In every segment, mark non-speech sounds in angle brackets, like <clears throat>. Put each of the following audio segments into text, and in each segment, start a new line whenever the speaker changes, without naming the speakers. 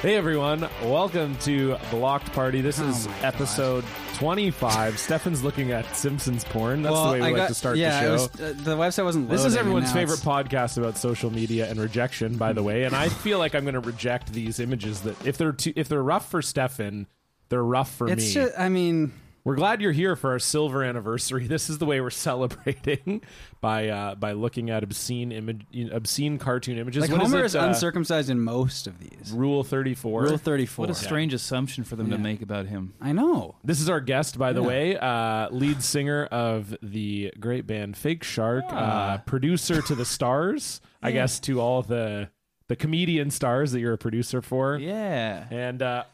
Hey everyone, welcome to Blocked Party. This is
Oh my God.
episode 25. Stefan's looking at Simpsons porn. That's the way we
I
like
got-
to start
yeah,
the show.
it was- uh, the website wasn't.
this is
loading, and
everyone's
now
favorite
it's-
podcast about social media and rejection, by the way. And I feel like I'm going to reject these images that if they're too, if they're rough for Stefan, they're rough for
It's
me.
just. I mean,
We're glad you're here for our silver anniversary. <laughs> This is the way we're celebrating <laughs> by uh, by looking at obscene image, obscene cartoon images.
like
What
Homer
it,
is
uh,
uncircumcised in most of these.
Rule thirty four.
Rule thirty-four.
What a strange assumption for them to make about him.
I know.
This is our guest, by the way, uh, lead singer of the great band Fake Shark, uh, producer to the stars, I guess, to all the the comedian stars that you're a producer for,
Yeah.
and uh,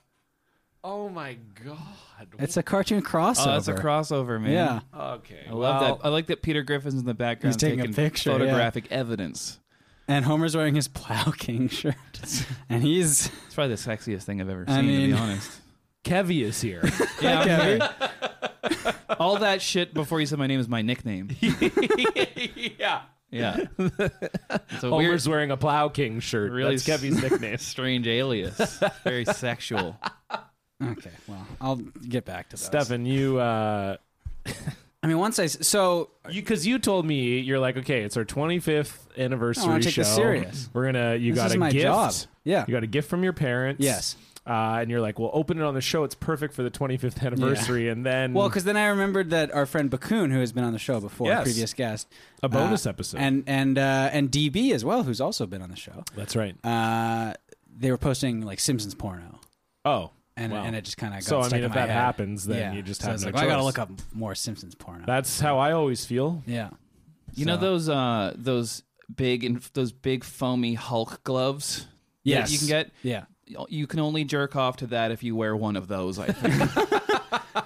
oh my god,
It's a cartoon crossover.
Oh, that's a crossover, man.
Yeah.
okay,
I love that. I like that Peter Griffin's in the background
He's taking a picture, yeah.
photographic evidence.
And Homer's wearing his Plow
<laughs>
King <laughs> shirt, and he's
It's probably the sexiest thing I've ever seen,
I
to
mean-
be
<laughs>
honest.
Kevy Oh, is here.
Yeah, I'm here. all that shit before you said my name is my
<laughs>
nickname.
yeah,
Yeah, it's a weird,
Homer's wearing a Plow King shirt.
Really
That's Kevy's nickname.
strange alias, very sexual.
<laughs> okay. Well, I'll get back to those.
Stefan, you. Uh,
I mean, once I s- so
you because you told me you're like okay it's our 25th anniversary
take
show
this serious.
we're gonna you
This
got
is
a
my
gift
job. Yeah.
you got a gift from your parents
Yes.
uh, and you're like well open it on the show it's perfect for the 25th anniversary and then
well, because then I remembered that our friend Bakun, who has been on the show before,
Yes.
previous guest,
A bonus episode.
and and uh, and DB as well, who's also been on the show.
that's right
Uh, they were posting like Simpsons porno.
oh
and
wow.
and it just kind of got
so I
stuck
mean if
in my
that
head.
happens then
Yeah.
you just
So I
have
was
no
like, well, I gotta
choice.
look up more Simpsons porno.
that's how I always feel
yeah,
You know
So-
those uh, those big and those big foamy Hulk gloves. that
Yes.
you can get.
yeah.
You can only jerk off to that if you wear one of those. I think.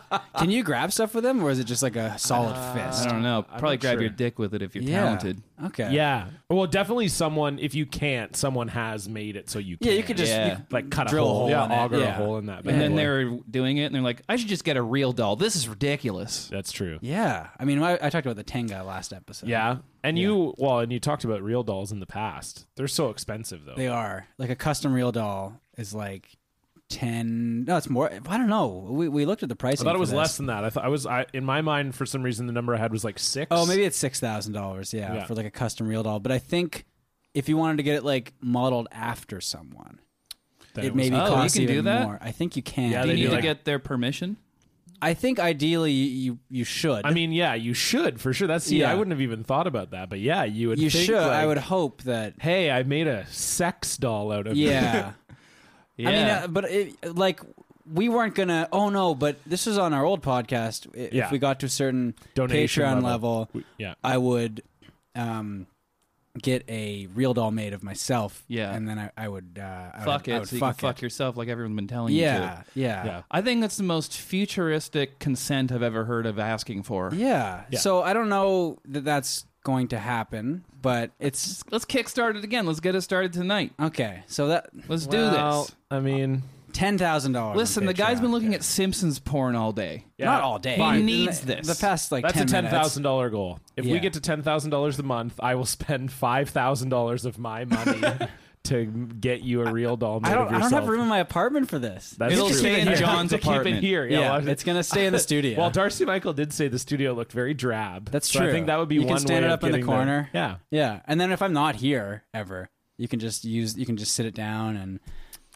Uh,
Can you grab stuff with them, or is it just like a solid fist?
I don't know.
I'm
Probably
not
grab
sure.
your dick with it if you're
yeah.
talented.
Okay.
yeah well definitely someone if you can't someone has made it so you can
Yeah, you could just
Yeah.
you-
like cut
drill
a hole,
a hole
yeah
in it.
auger a
Yeah.
hole in that bad
And then
boy.
they're doing it, and they're like, "I should just get a real doll. This is ridiculous."
that's true
yeah. I mean, I, I talked about the Tenga last episode.
Yeah. And you well, and you talked about real dolls in the past. They're so expensive though.
they are like a custom real doll is like ten. No, it's more. I don't know. We we looked at the price.
I thought it was less than that. I thought I was I in my mind for some reason the number I had was like six.
Oh, maybe it's six thousand dollars. Yeah,
Yeah.
for like a custom real doll. But I think if you wanted to get it like modeled after someone,
Then
it,
was-
maybe
Oh, you
costs
can
even
do that?
more. I think you can.
Yeah,
Do you
they do
need to
like-
get their permission?
I think ideally you you should.
I mean, yeah, you should for sure. That's yeah.
Yeah.
I wouldn't have even thought about that, but yeah, you would.
you
think,
should. I
like,
would
<laughs>
hope that.
Hey, I made a sex doll out of
Yeah.
Yeah.
I mean, uh, but it, like we weren't gonna. Oh no! But this was on our old podcast. I- If
Yeah.
we got to a certain
Donation
Patreon
level.
level,
We- <laughs> yeah.
I would um, get a real doll made of myself.
Yeah.
and then I, I would uh, I
fuck
would, I
it,
would
so you
fuck
can fuck
it.
yourself, like everyone's been telling you
Yeah,
to.
yeah,
Yeah.
yeah,
I think that's the most futuristic consent I've ever heard of asking for.
Yeah.
So I don't know that that's going to happen, but it's
Let's kickstart it again. Let's get it started tonight.
okay. So that
Let's
Well,
do this.
I mean,
ten thousand dollars.
Listen, the guy's been looking at Simpsons porn all day.
yeah.
Not all day.
Fine.
In
needs
the,
this.
The past like
That's
10
a ten
minutes.
thousand dollar goal. If we
Yeah.
get to ten thousand dollars a month, I will spend five thousand dollars of my
<laughs>
money to get you a real doll. Made
I
of
don't. I
yourself.
don't have room in my apartment for this.
That's
It'll
true.
stay
<laughs>
in
Yeah.
John's
Keep it
apartment.
here. Yeah,
yeah,
well,
it's gonna stay
<laughs>
in the studio.
Well, Darcy Michael did say the studio looked very drab.
That's
so
true.
I think that would be
You
one
can stand
way
it
of
up in the
getting
corner.
Yeah.
yeah, and then if I'm not here ever, you can just use. You can just sit it down and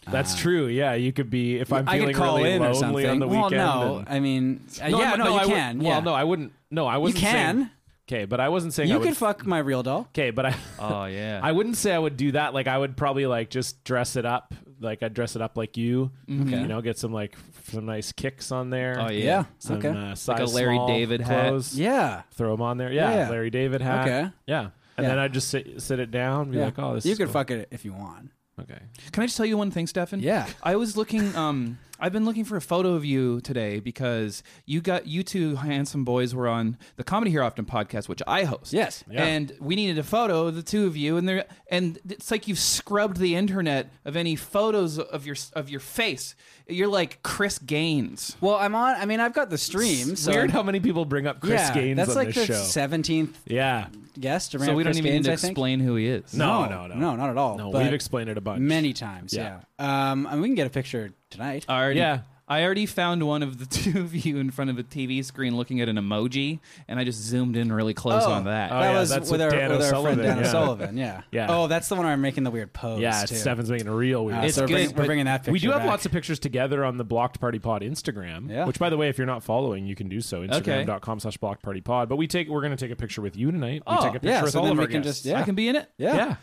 That's true. Yeah, you could be if I'm
Uh, I
feeling
could call
really
in or
lonely
something.
on the
well,
weekend.
no,
and-
I mean, uh, yeah,
I'm-
no,
I
you
would-
can.
Well,
yeah.
no, I wouldn't. No, I
you
wasn't.
can.
Okay, but I wasn't saying I
You
would
could fuck my real doll.
Okay, but I.
Oh yeah.
<laughs> I wouldn't say I would do that. Like I would probably like just dress it up. Like I'd dress it up like you.
Okay.
You know, get some like some nice kicks on there.
oh yeah.
Mm-hmm. Yeah.
Some,
okay.
uh, size
Larry
small
David hat.
clothes.
yeah.
Throw them on there. Yeah,
Yeah.
Larry David hat.
Okay.
Yeah. And
Yeah.
then I just sit sit it down, be
yeah.
like, oh, this.
you
is
could
cool.
fuck it if you want.
Okay.
Can I just tell you one thing, Stefan?
Yeah.
I was looking. Um, I've been looking for a photo of you today because you got you two handsome boys were on the Comedy Here Often podcast, which I host.
Yes.
Yeah.
And we needed a photo of the two of you, and there, and it's like you've scrubbed the internet of any photos of your of your face. You're like Chris Gaines.
Well, I'm on. I mean, I've got the stream. So
Weird how many people bring up Chris
yeah,
Gaines
that's
on
like
this
the
show.
seventeenth
yeah.
guest.
So we don't
Chris
even
Gaines,
need to
I think.
explain who he is.
No, no,
no,
no.
no, not at all.
No,
Oh, but
we've explained it a bunch.
many times.
Yeah.
Yeah. Um, and we can get a picture tonight.
I already,
Yeah.
I already found one of the <laughs> two of you in front of a TV screen looking at an emoji, and I just zoomed in really close on that.
Oh, yeah,
was
that's
with
with
our,
Dan
with our friend
O'Sullivan,
Dan
yeah.
O'Sullivan. Yeah.
<laughs> Yeah.
Oh, that's the one where I'm making the weird pose.
Yeah,
too.
it's Stefan's making a real weird.
Uh,
one.
It's
so we're bringing-
good,
we're
but
bringing that picture.
we do have
back.
lots of pictures together on the Blocked Party Pod Instagram,
Yeah.
which, by the way, if you're not following, you can do so.
Okay.
Instagram.com slash Blocked Party Pod. But we take, we're going to take a picture with you tonight.
Oh,
we take a picture
yeah,
with
so
all
then
of
we
our
can
guests.
just- yeah.
I can be in it.
Yeah.
yeah.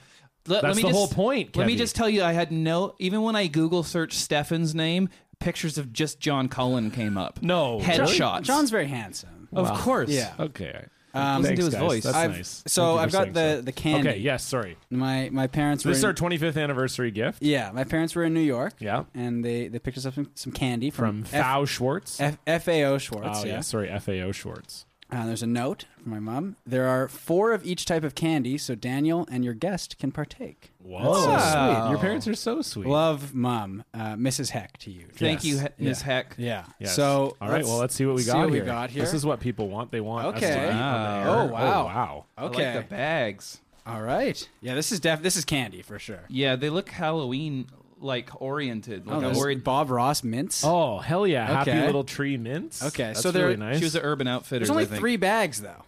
That's
Let, let me
the
just,
whole point,
Let me
Kevy.
just tell you, I had no. Even when I Google search Stefan's name, pictures of just John Cullen came up.
No, really?
headshots.
John's very handsome.
of course.
Yeah.
Okay.
Um,
Listen to
Thanks,
his
guys.
voice.
That's
I've-
nice.
So I've
Thank you for
got the
saying
the
so.
candy.
Okay, yes, sorry.
My my parents
So
were.
this is
in-
our 25th anniversary gift
yeah, my parents were in New York.
Yeah.
And they they picked us up some, some candy
from
from, F-
Fao Schwartz.
F- FAO Schwartz.
oh,
yeah.
yeah, sorry, FAO Schwartz.
Uh, there's a note from my mom. There are four of each type of candy, so Daniel and your guest can partake.
Whoa. So
Wow.
sweet. Your parents are so sweet.
Love, mom, uh, Mrs. Heck to you.
Thank
Yes.
you, he- Ms.
Yeah.
Heck.
Yeah.
Yes.
So
all right, well, let's see what we
see
got,
what we
here.
got here.
This is what people want. They want. us to
Okay.
eat on the
Wow.
air.
Oh, wow.
Oh, wow.
okay.
I like the bags.
All right. Yeah, this is def. This is candy for sure.
Yeah, they look Halloween like oriented. Like
oh,
I'm
there's
worried.
Bob Ross mints.
Oh, hell yeah. Happy
Okay.
little tree mints.
Okay,
That's
so there-
really nice.
She was an urban outfitter.
there's only three bags though.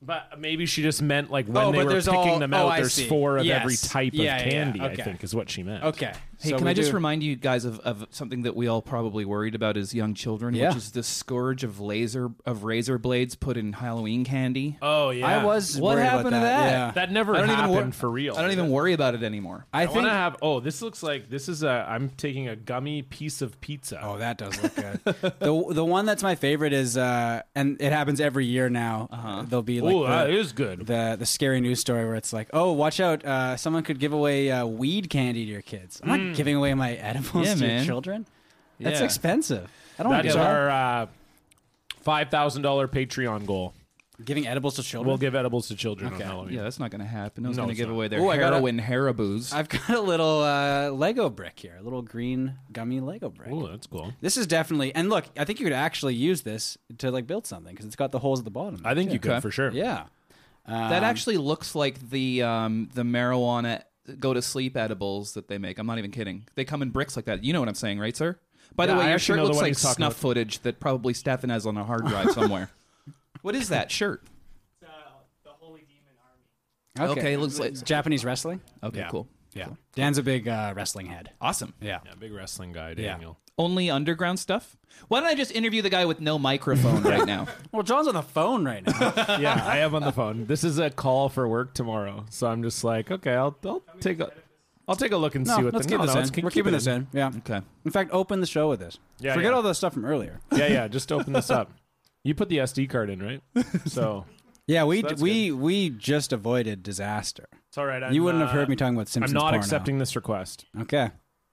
but maybe she just meant like when
Oh,
they
but
were
there's
picking
all-
them
oh,
out,
I
there's
see.
four of
Yes.
every type
Yeah,
of
yeah,
candy, I
okay.
think, is what she meant.
Okay.
Hey,
so
can
we
I just
do-
remind you guys of, of something that we all probably worried about as young children,
Yeah.
which is the scourge of laser of razor blades put in Halloween candy.
Oh, yeah.
I was.
What
worried about
happened to that?
Yeah.
That never
I don't even
happened
wor-
for real.
I don't even worry about it anymore.
I
I
want
think.
to have. Oh, this looks like this is a. I'm taking a gummy piece of pizza.
Oh, that does look good. <laughs> the the one that's my favorite is, uh, and it happens every year now. Uh-huh. There'll be like
Ooh,
the-
that is good.
the the scary news story where it's like, oh, watch out, uh, someone could give away uh, weed candy to your kids. I'm not
Hmm.
giving away my edibles
Yeah,
to your
man.
children. That's
Yeah.
expensive. I don't
That
want
is
to
our uh, five thousand dollar Patreon goal.
giving edibles to children.
We'll give edibles to children on Halloween.
Yeah, that's not going to happen. I was
No,
going to
it's
give
not.
away their
Ooh, I got a-
heroin haraboos.
I've got a little uh, Lego brick here, a little green gummy Lego brick.
Ooh, that's cool.
This is definitely, and look, I think you could actually use this to like build something because it's got the holes at the bottom.
I think you could
Okay.
for sure.
yeah. Um,
that actually looks like the um, the marijuana go to sleep edibles that they make. I'm not even kidding. They come in bricks like that. You know what I'm saying, right, sir? By the
Yeah,
way,
I
your
actually
shirt
know the
looks
one
like
he's talking
snuff
about.
footage that probably Stefan has on a hard
<laughs>
drive somewhere. what is that shirt?
okay.
okay, it looks like-
It's Japanese wrestling.
Okay,
Yeah.
cool.
Yeah, Dan's a big uh, wrestling head.
Awesome.
Yeah,
Yeah, big wrestling guy, Daniel.
Only underground stuff? Why don't I just interview the guy with
<laughs>
no microphone right now?
Well, John's on the phone right <laughs> now.
<laughs> Yeah. I have on the phone. This is a call for work tomorrow, so I'm just like, okay, I'll, I'll take a, I'll take a look and see what.
let's
the,
keep
no,
this
no,
in.
let's keep-
We're
keep
keeping
it
this in. Yeah.
Okay.
In fact, open the show with this.
Yeah,
Forget
yeah.
all the stuff from earlier.
<laughs> Yeah, yeah. Just open this
<laughs>
up. You put the SD card in, right? So
Yeah, we
that's
we we just avoided disaster.
it's all right. I'm,
you wouldn't have
uh,
heard me talking about
I'm
Simpsons.
not
porno.
accepting this request.
Okay.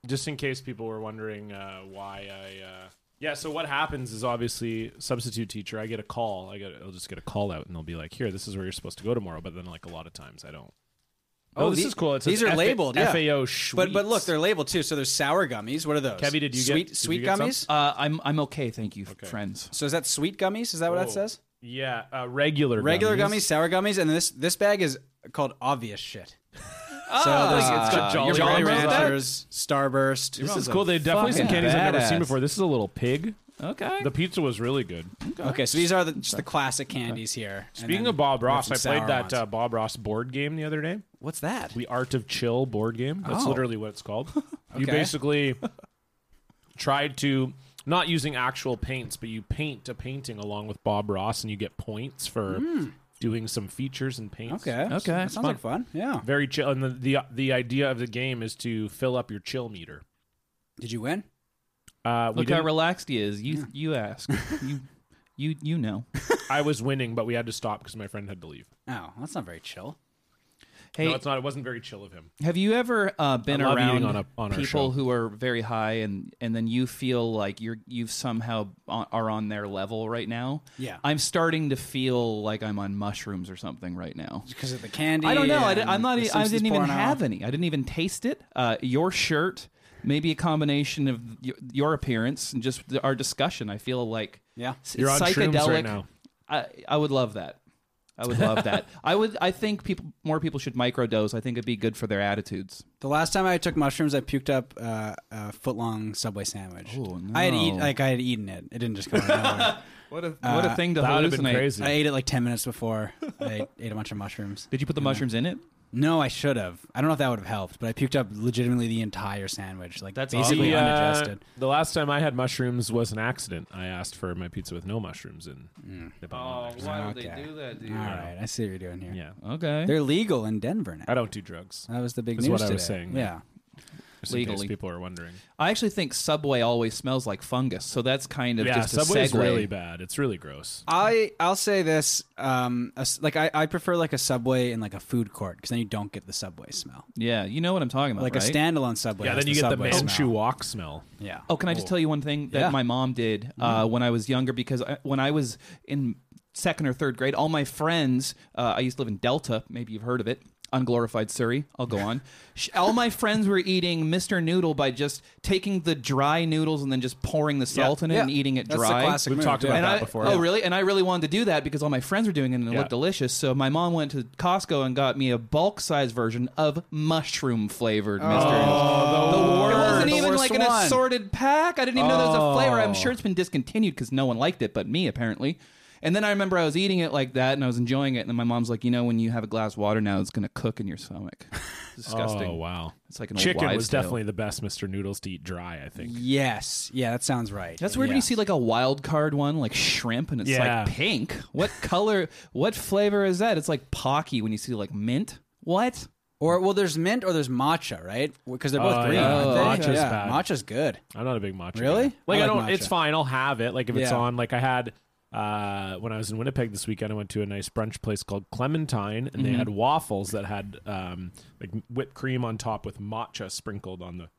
just in case people were wondering uh, why I. Uh... Yeah, so what happens is obviously substitute teacher. I get a call. I get. I'll just get a call out, and they'll be like, "Here, this is where you're supposed to go tomorrow." But then, like a lot of times, I don't. Oh,
Oh,
this
the-
is cool. It
these
says
are
F-
labeled, yeah.
FAO. Schweetz.
But but look, they're labeled too. So there's sour gummies. What are those?
Kevy, did you
sweet
get- did
sweet
you get some?
gummies?
Uh, I'm, I'm okay, thank you, friends.
So is that sweet gummies? Is that what
Oh.
that says?
yeah, uh, regular
Regular
gummies.
gummies, sour gummies, and this this bag is called
<laughs>
obvious shit. so there's
Ah, it's got Jolly
Jolly, Jolly
Ranchers.
Ranchers, Starburst.
This is
Mom's
cool.
a
They definitely some
fucking
candies I've never
badass.
seen before. This is a little pig.
Okay.
The pizza was really good.
Okay, so these are the, just the classic candies here. And
Speaking
then
of Bob
we have
Ross,
some
I played
sour
that
ones.
uh, Bob Ross board game the other day.
What's that?
The Art of Chill board game. That's
Oh.
literally what it's called.
<laughs>
You
Okay. <laughs>
basically tried to not using actual paints, but you paint a painting along with Bob Ross, and you get points for doing some features and paints.
Hmm. Okay.
Okay,
That
it's
sounds like fun. Yeah.
Very chill, and the, the the idea of the game is to fill up your chill meter.
Did you win?
Uh, we
Look how
didn't-
relaxed he is. You
<laughs>
you ask. you you you know.
I was winning, but we had to stop because my friend had to leave.
Oh, that's not very chill.
Hey,
No, it's not. It wasn't very chill of him.
have you ever uh, been
I love
around
eating on a- on our show.
people who are very high and and then you feel like you're you've somehow on, are on their level right now?
Yeah.
I'm starting to feel like I'm on mushrooms or something right now.
Because of the candy.
I don't know. I,
and
di- I'm not.
the
e- I
Simpsons
didn't even
porno.
have any. I didn't even taste it. Uh, your shirt, maybe a combination of y- your appearance and just th- our discussion. I feel like
Yeah.
s-
You're on shrooms
psychedelic.
right now.
I I would love that.
I would love
<laughs>
that. I would. I think people more people should microdose. I think it'd be good for their attitudes.
The last time I took mushrooms, I puked up uh, a foot long Subway sandwich.
Oh, no.
I had eat, like I had eaten it. It didn't just come out of
<laughs>
nowhere.
What uh, a what a thing to
That would have been
hallucinate.
crazy.
I ate it like ten minutes before I ate a bunch of mushrooms.
Did you put the mushrooms in it?
No, I should have. I don't know if that would have helped, but I puked up legitimately the entire sandwich. Like
That's
that's basically
the, uh,
undigested.
the last time I had mushrooms was an accident. I asked for my pizza with no mushrooms and
Hmm.
they put
Oh,
mushrooms.
why would
Okay.
they do that, dude?
All right, I see what you're doing here.
yeah.
Okay.
They're legal in Denver now.
I don't do drugs.
That was the big
That's
news
Eh? what I was
today.
saying,
Yeah.
Just in case
Legally.
people are wondering.
I actually think Subway always smells like fungus, so that's kind of
yeah,
just
Subway's
a segue.
really bad. It's really gross.
I I'll say this. Um, a s- like I, I prefer like a subway and like a food court because then you don't get the subway smell.
yeah, you know what I'm talking about,
Like a
right?
standalone subway.
yeah,
has
then you get the
subway
Manchu
smell.
wok smell.
Yeah.
Oh, can I just tell you one thing that
Yeah. Mm.
my mom did uh, when I was younger? Because I, when I was in second or third grade, all my friends, uh, I used to live in Delta, maybe you've heard of it, unglorified Surrey. I'll go
<laughs>
on. Sh- all my friends were eating Mr. Noodle by just taking the dry noodles and then just pouring the salt in it
Yeah.
and eating it
That's the
dry.
classic
We've
move,
talked
yeah.
about
and
that
I,
before.
Oh, really? And I really wanted to do that because all my friends were doing it and it
Yeah.
looked delicious. So my mom went to Costco and got me a bulk size version of mushroom flavored Mr.
Oh, the
It wasn't
The
even
worst
like an
one.
assorted pack. I didn't even know there was a flavor.
Oh.
I'm sure it's been discontinued because no one liked it but me, apparently. And then I remember I was eating it like that and I was enjoying it. And then my mom's like, you know, when you have a glass of water now, it's going to cook in your stomach. It's disgusting.
Oh, wow.
It's like an old
Chicken was
wives' tale.
definitely the best Mr. Noodles to eat dry, I think.
Yes. Yeah, that sounds right.
That's weird
yeah.
when you see like a wild card one, like shrimp, and it's
Yeah.
like pink. <laughs> What color, what flavor is that? It's like Pocky when you see like mint. What?
Or well, there's mint or there's matcha, right? Because they're both
Oh,
green.
yeah.
aren't they?
Matcha's
yeah.
bad.
Matcha's good.
I'm not a big matcha.
Really?
guy. Like I,
I like
don't.
matcha.
It's fine. I'll have it. Like if it's
Yeah.
on. Like I had uh, when I was in Winnipeg this weekend. I went to a nice brunch place called Clementine, and they had waffles that had um, like whipped cream on top with matcha sprinkled on the,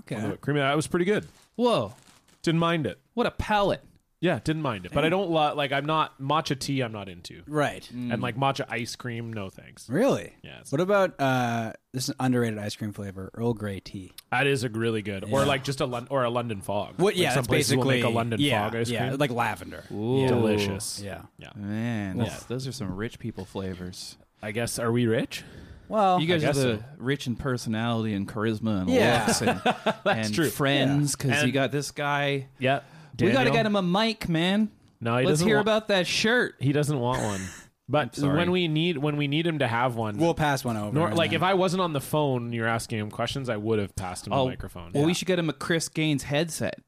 Okay.
on the whipped cream. That was pretty good.
Whoa.
Didn't mind it.
What a palate.
Yeah, didn't mind it. But I don't lo- like. I'm not matcha tea. I'm not into.
Right.
Mm.
And like matcha ice cream. No thanks.
Really?
Yeah, it's-
What about uh, this is an underrated ice cream flavor, Earl Grey tea?
That is a really good. Or like just a Lon- or a London fog.
What? Yeah,
Like,
that's
some places will
basically
make a London
yeah,
fog ice
yeah,
cream.
like lavender.
Delicious.
Yeah.
Yeah.
Man,
Oof.
that's- those are some rich people flavors.
I guess are we rich?
Well,
You guys
I
are
guess
the rich in personality and charisma and
Yeah.
looks <laughs> and, and
true.
friends because
And-
you got this guy.
Yeah.
We got to
Daniel?
get him a mic, man.
No, he
Let's
doesn't
hear
want-
about that shirt.
He doesn't want one. But
sorry.
when we need when we need him to have one,
we'll pass one over.
nor,
and
like
then-
if I wasn't on the phone, and you're asking him questions, I would have passed him
Oh,
the microphone.
Well, we should get him a Chris Gaines headset.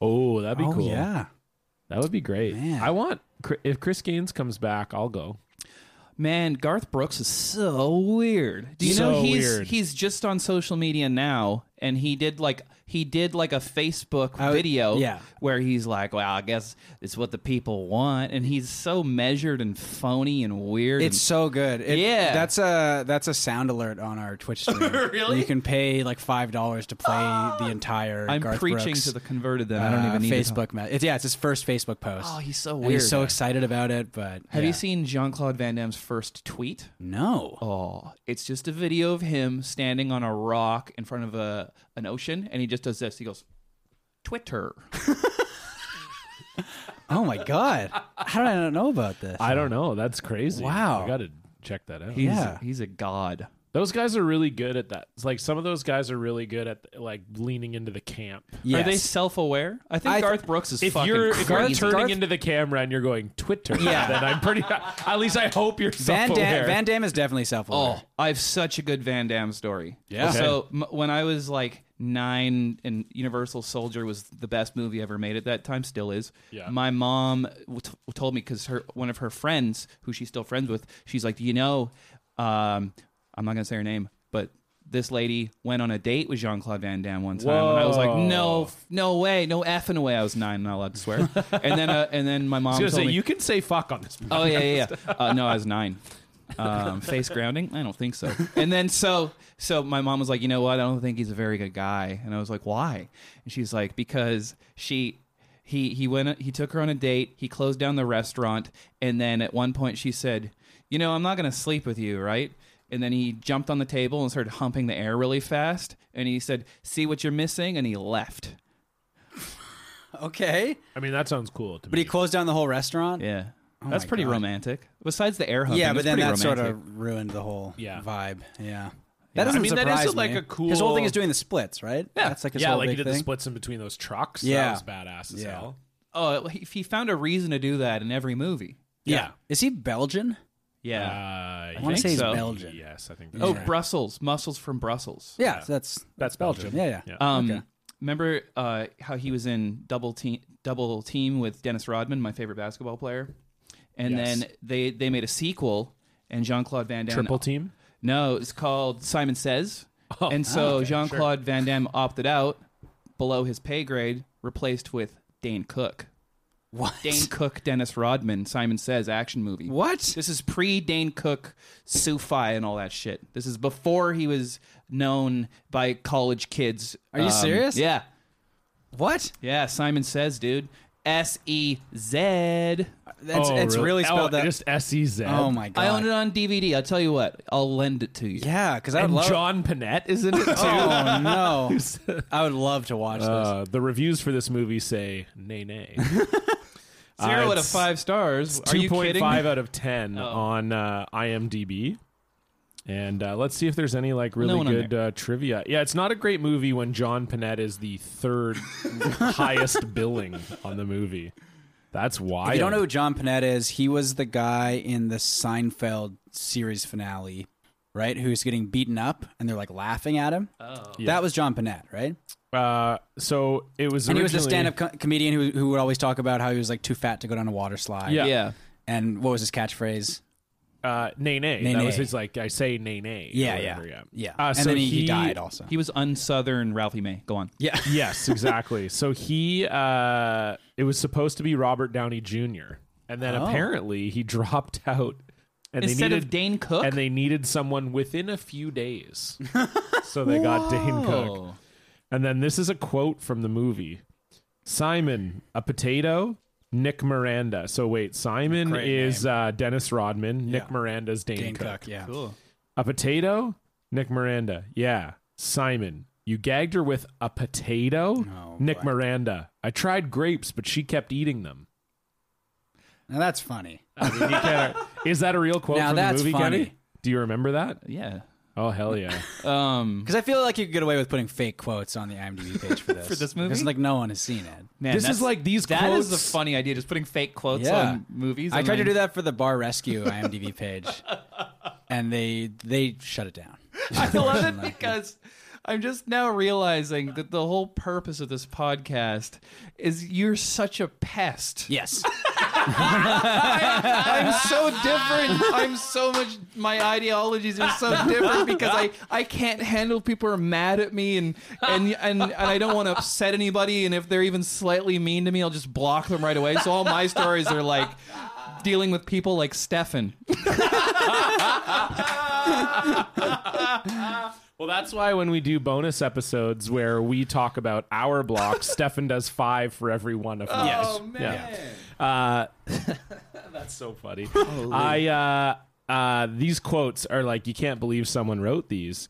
oh, that'd be
oh
cool.
yeah,
That would be great.
Man.
I want Cri- if Chris Gaines comes back, I'll go.
Man, Garth Brooks is so weird. Do you know
So
he's
weird.
he's just on social media now and he did like he did like a Facebook
I-
video
yeah.
where he's like, Well, I guess it's what the people want and he's so measured and phony and weird.
it's so good. It-
Yeah.
that's a that's a sound alert on our <laughs> Twitch stream.
Really?
You can pay like five dollars to play <gasps> the entire.
and I'm
Garth
preaching
Brooks,
to the <laughs> converted then. I don't
uh,
even need to talk.
Facebook. me- it's, yeah, it's his first Facebook post.
Oh, he's so
And
weird.
He's so excited about it, but
Have
yeah.
you seen Jean Claude Van Damme's first tweet?
No.
Oh, it's just a video of him standing on a rock in front of a an ocean, and he just does this. He goes, "Twitter."
Oh my
<laughs>
god! How did I not know about this?
I don't know. That's crazy.
Wow.
I got to check that out.
He's
Yeah.
he's a god.
those guys are really good at that. It's like some of those guys are really good at like leaning into the camp.
Yes.
Are they self-aware? I think
I th-
Garth Brooks is
If
fucking
you're if you're
crazy.
turning
Garth-
into the camera and you're going Twitter,
Yeah.
then I'm pretty. <laughs> At least I hope you're
Van
self-aware.
Dam- Van Damme is definitely self-aware.
Oh, I have such a good Van Damme story.
Yeah. Okay.
So m- when I was like nine, and Universal Soldier was the best movie ever made at that time, still is.
Yeah.
My mom w- t- told me because her one of her friends, who she's still friends with, she's like, you know, um, I'm not gonna say her name, but. This lady went on a date with Jean Claude Van Damme one time, and I was like,
Whoa.
"No, f- no way, no effing way." I was nine, not allowed to
<laughs>
swear. and then, uh, and then my mom
I was
told
gonna say
me,
you can say fuck on this.
Oh yeah, yeah. yeah. <laughs> Uh, no, I was nine. Um, face grounding? I don't think so. And then so so my mom was like, you know what? I don't think he's a very good guy. And I was like, why? And she's like, because she. He, he went he took her on a date he closed down the restaurant and then at one point she said you know i'm not going to sleep with you right and then he jumped on the table and started humping the air really fast and he said see what you're missing and he left
Okay.
Oh.
I mean, that sounds cool to
But
me.
he closed down the whole restaurant.
yeah That's
Oh my
pretty
God.
romantic. Besides the air humping,
yeah, but
it's
then
pretty
that sort
romantic.
of ruined the whole
Yeah.
vibe. Yeah. That
Yeah.
doesn't
I mean, that
surprise
is, like,
me.
a cool-
His whole thing is doing the splits, right?
Yeah,
that's like his
yeah,
whole
like
big
he did
thing.
the splits in between those trucks.
Yeah.
that was badass as
Yeah.
hell.
oh, if he found a reason to do that in every movie.
Yeah.
Yeah.
is he Belgian?
Yeah.
Uh,
I want to
think
say he's
so.
Belgian. Yeah,
Yes, I think.
oh,
right.
Brussels, muscles from Brussels.
Yeah.
so that's
that's Belgium.
Yeah, yeah.
Um,
Okay.
Remember uh, how he was in double team, double team with Dennis Rodman, my favorite basketball player, and
Yes.
then they they made a sequel, and Jean Claude Van Damme.
Triple team.
No, it's called Simon Says, and so Jean Claude Van Damme opted out below his pay grade, replaced with Dane Cook.
what?
Dane Cook, Dennis Rodman, Simon Says action
<laughs>
movie.
What?
This is pre Dane Cook, Sufi, and all that shit. This is before he was known by college kids. Um,
Are you serious?
Yeah.
What?
Yeah, Simon Says, dude. S E Z. I
That's it's really spelled
oh,
that.
Just S E Z.
oh my god!
own it on DVD. I'll tell you what, I'll lend it to you.
Yeah, because I would
And
love.
John Panette is in
<laughs>
it too.
<laughs> oh
<laughs>
no! I would love to watch this.
Uh, the reviews for this movie say nay
<laughs>
nay.
Zero
Uh,
out of
it's-
five stars. Are
Two
you
point
kidding?
five out of ten
Oh.
on uh, IMDb. And uh, let's see if there's any like really
one on
good uh, trivia. Yeah, it's not a great movie when John Panette is the third
<laughs>
highest billing on the movie. That's why
If you don't know who John Panette is, he was the guy in the Seinfeld series finale, right? Who's getting beaten up and they're like laughing at him. Oh. That was John Panette, right?
Uh, so it was.
And he was the
originally-
stand-up co- comedian who who would always talk about how he was like too fat to go down a water slide.
Yeah.
Yeah.
And what was his catchphrase?
Uh, nay nay.
Nay,
That
nay.
was his like. I say nay nay. or
Yeah, yeah,
whatever,
yeah.
yeah. Uh,
and
so
then he, he died also.
He was unsouthern Ralphie May. Go on.
yeah.
yes, exactly. So he, uh, it was supposed to be Robert Downey Jr. And then apparently he dropped out, and
Oh. Instead
they
of
needed
Dane Cook.
and they needed someone within a few
<laughs>
days. so they got Dane Cook.
Oh.
And then this is a quote from the movie: Simon, a potato. Nick Miranda. So wait, Simon
Great
is uh, Dennis Rodman. Nick Miranda's Dane,
Dane
Cook.
Cook, yeah.
Cool.
A potato? Nick Miranda. Yeah. Simon. You gagged her with a potato?
Oh,
Nick
boy.
Miranda. I tried grapes, but she kept eating them.
Now that's funny.
I mean, you can't- <laughs> is that a real quote
Now
from
that's
the movie,
funny.
Kenny? Do you remember that?
Yeah.
Oh, hell yeah.
Um,
Because I feel like you could get away with putting fake quotes on the IMDb page for this.
For this movie?
Because like no one has seen it.
man,
this is
that's-
like these
That
quotes.
is a funny idea, just putting fake quotes
Yeah.
on movies.
I
and
tried to
then-
do that for the Bar Rescue IMDb page, and they they shut it down.
I love it because I'm just now realizing that the whole purpose of this podcast is you're such a pest.
Yes.
I'm so different. I'm so much. My ideologies are so different because I I can't handle people who are mad at me and and and, and I don't want to upset anybody. And if they're even slightly mean to me, I'll just block them right away. So all my stories are like dealing with people like Stefan.
well, that's why when we do bonus episodes where we talk about our
<laughs>
blocks, Stefan does five for every one of them.
Oh man.
Uh, <laughs> that's so funny. I uh, uh, these quotes are like you can't believe someone wrote these.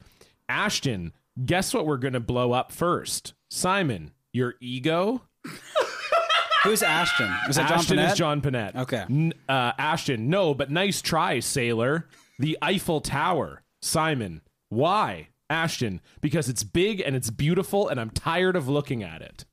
Ashton, guess what we're gonna blow up first? Simon, your ego.
Who's Ashton? Was that John
Ashton
Panette?
is John Panette.
Okay.
N- uh, Ashton, no, but nice try, sailor. The Eiffel Tower. Simon, why? Ashton, because it's big and it's beautiful, and I'm tired of looking at it.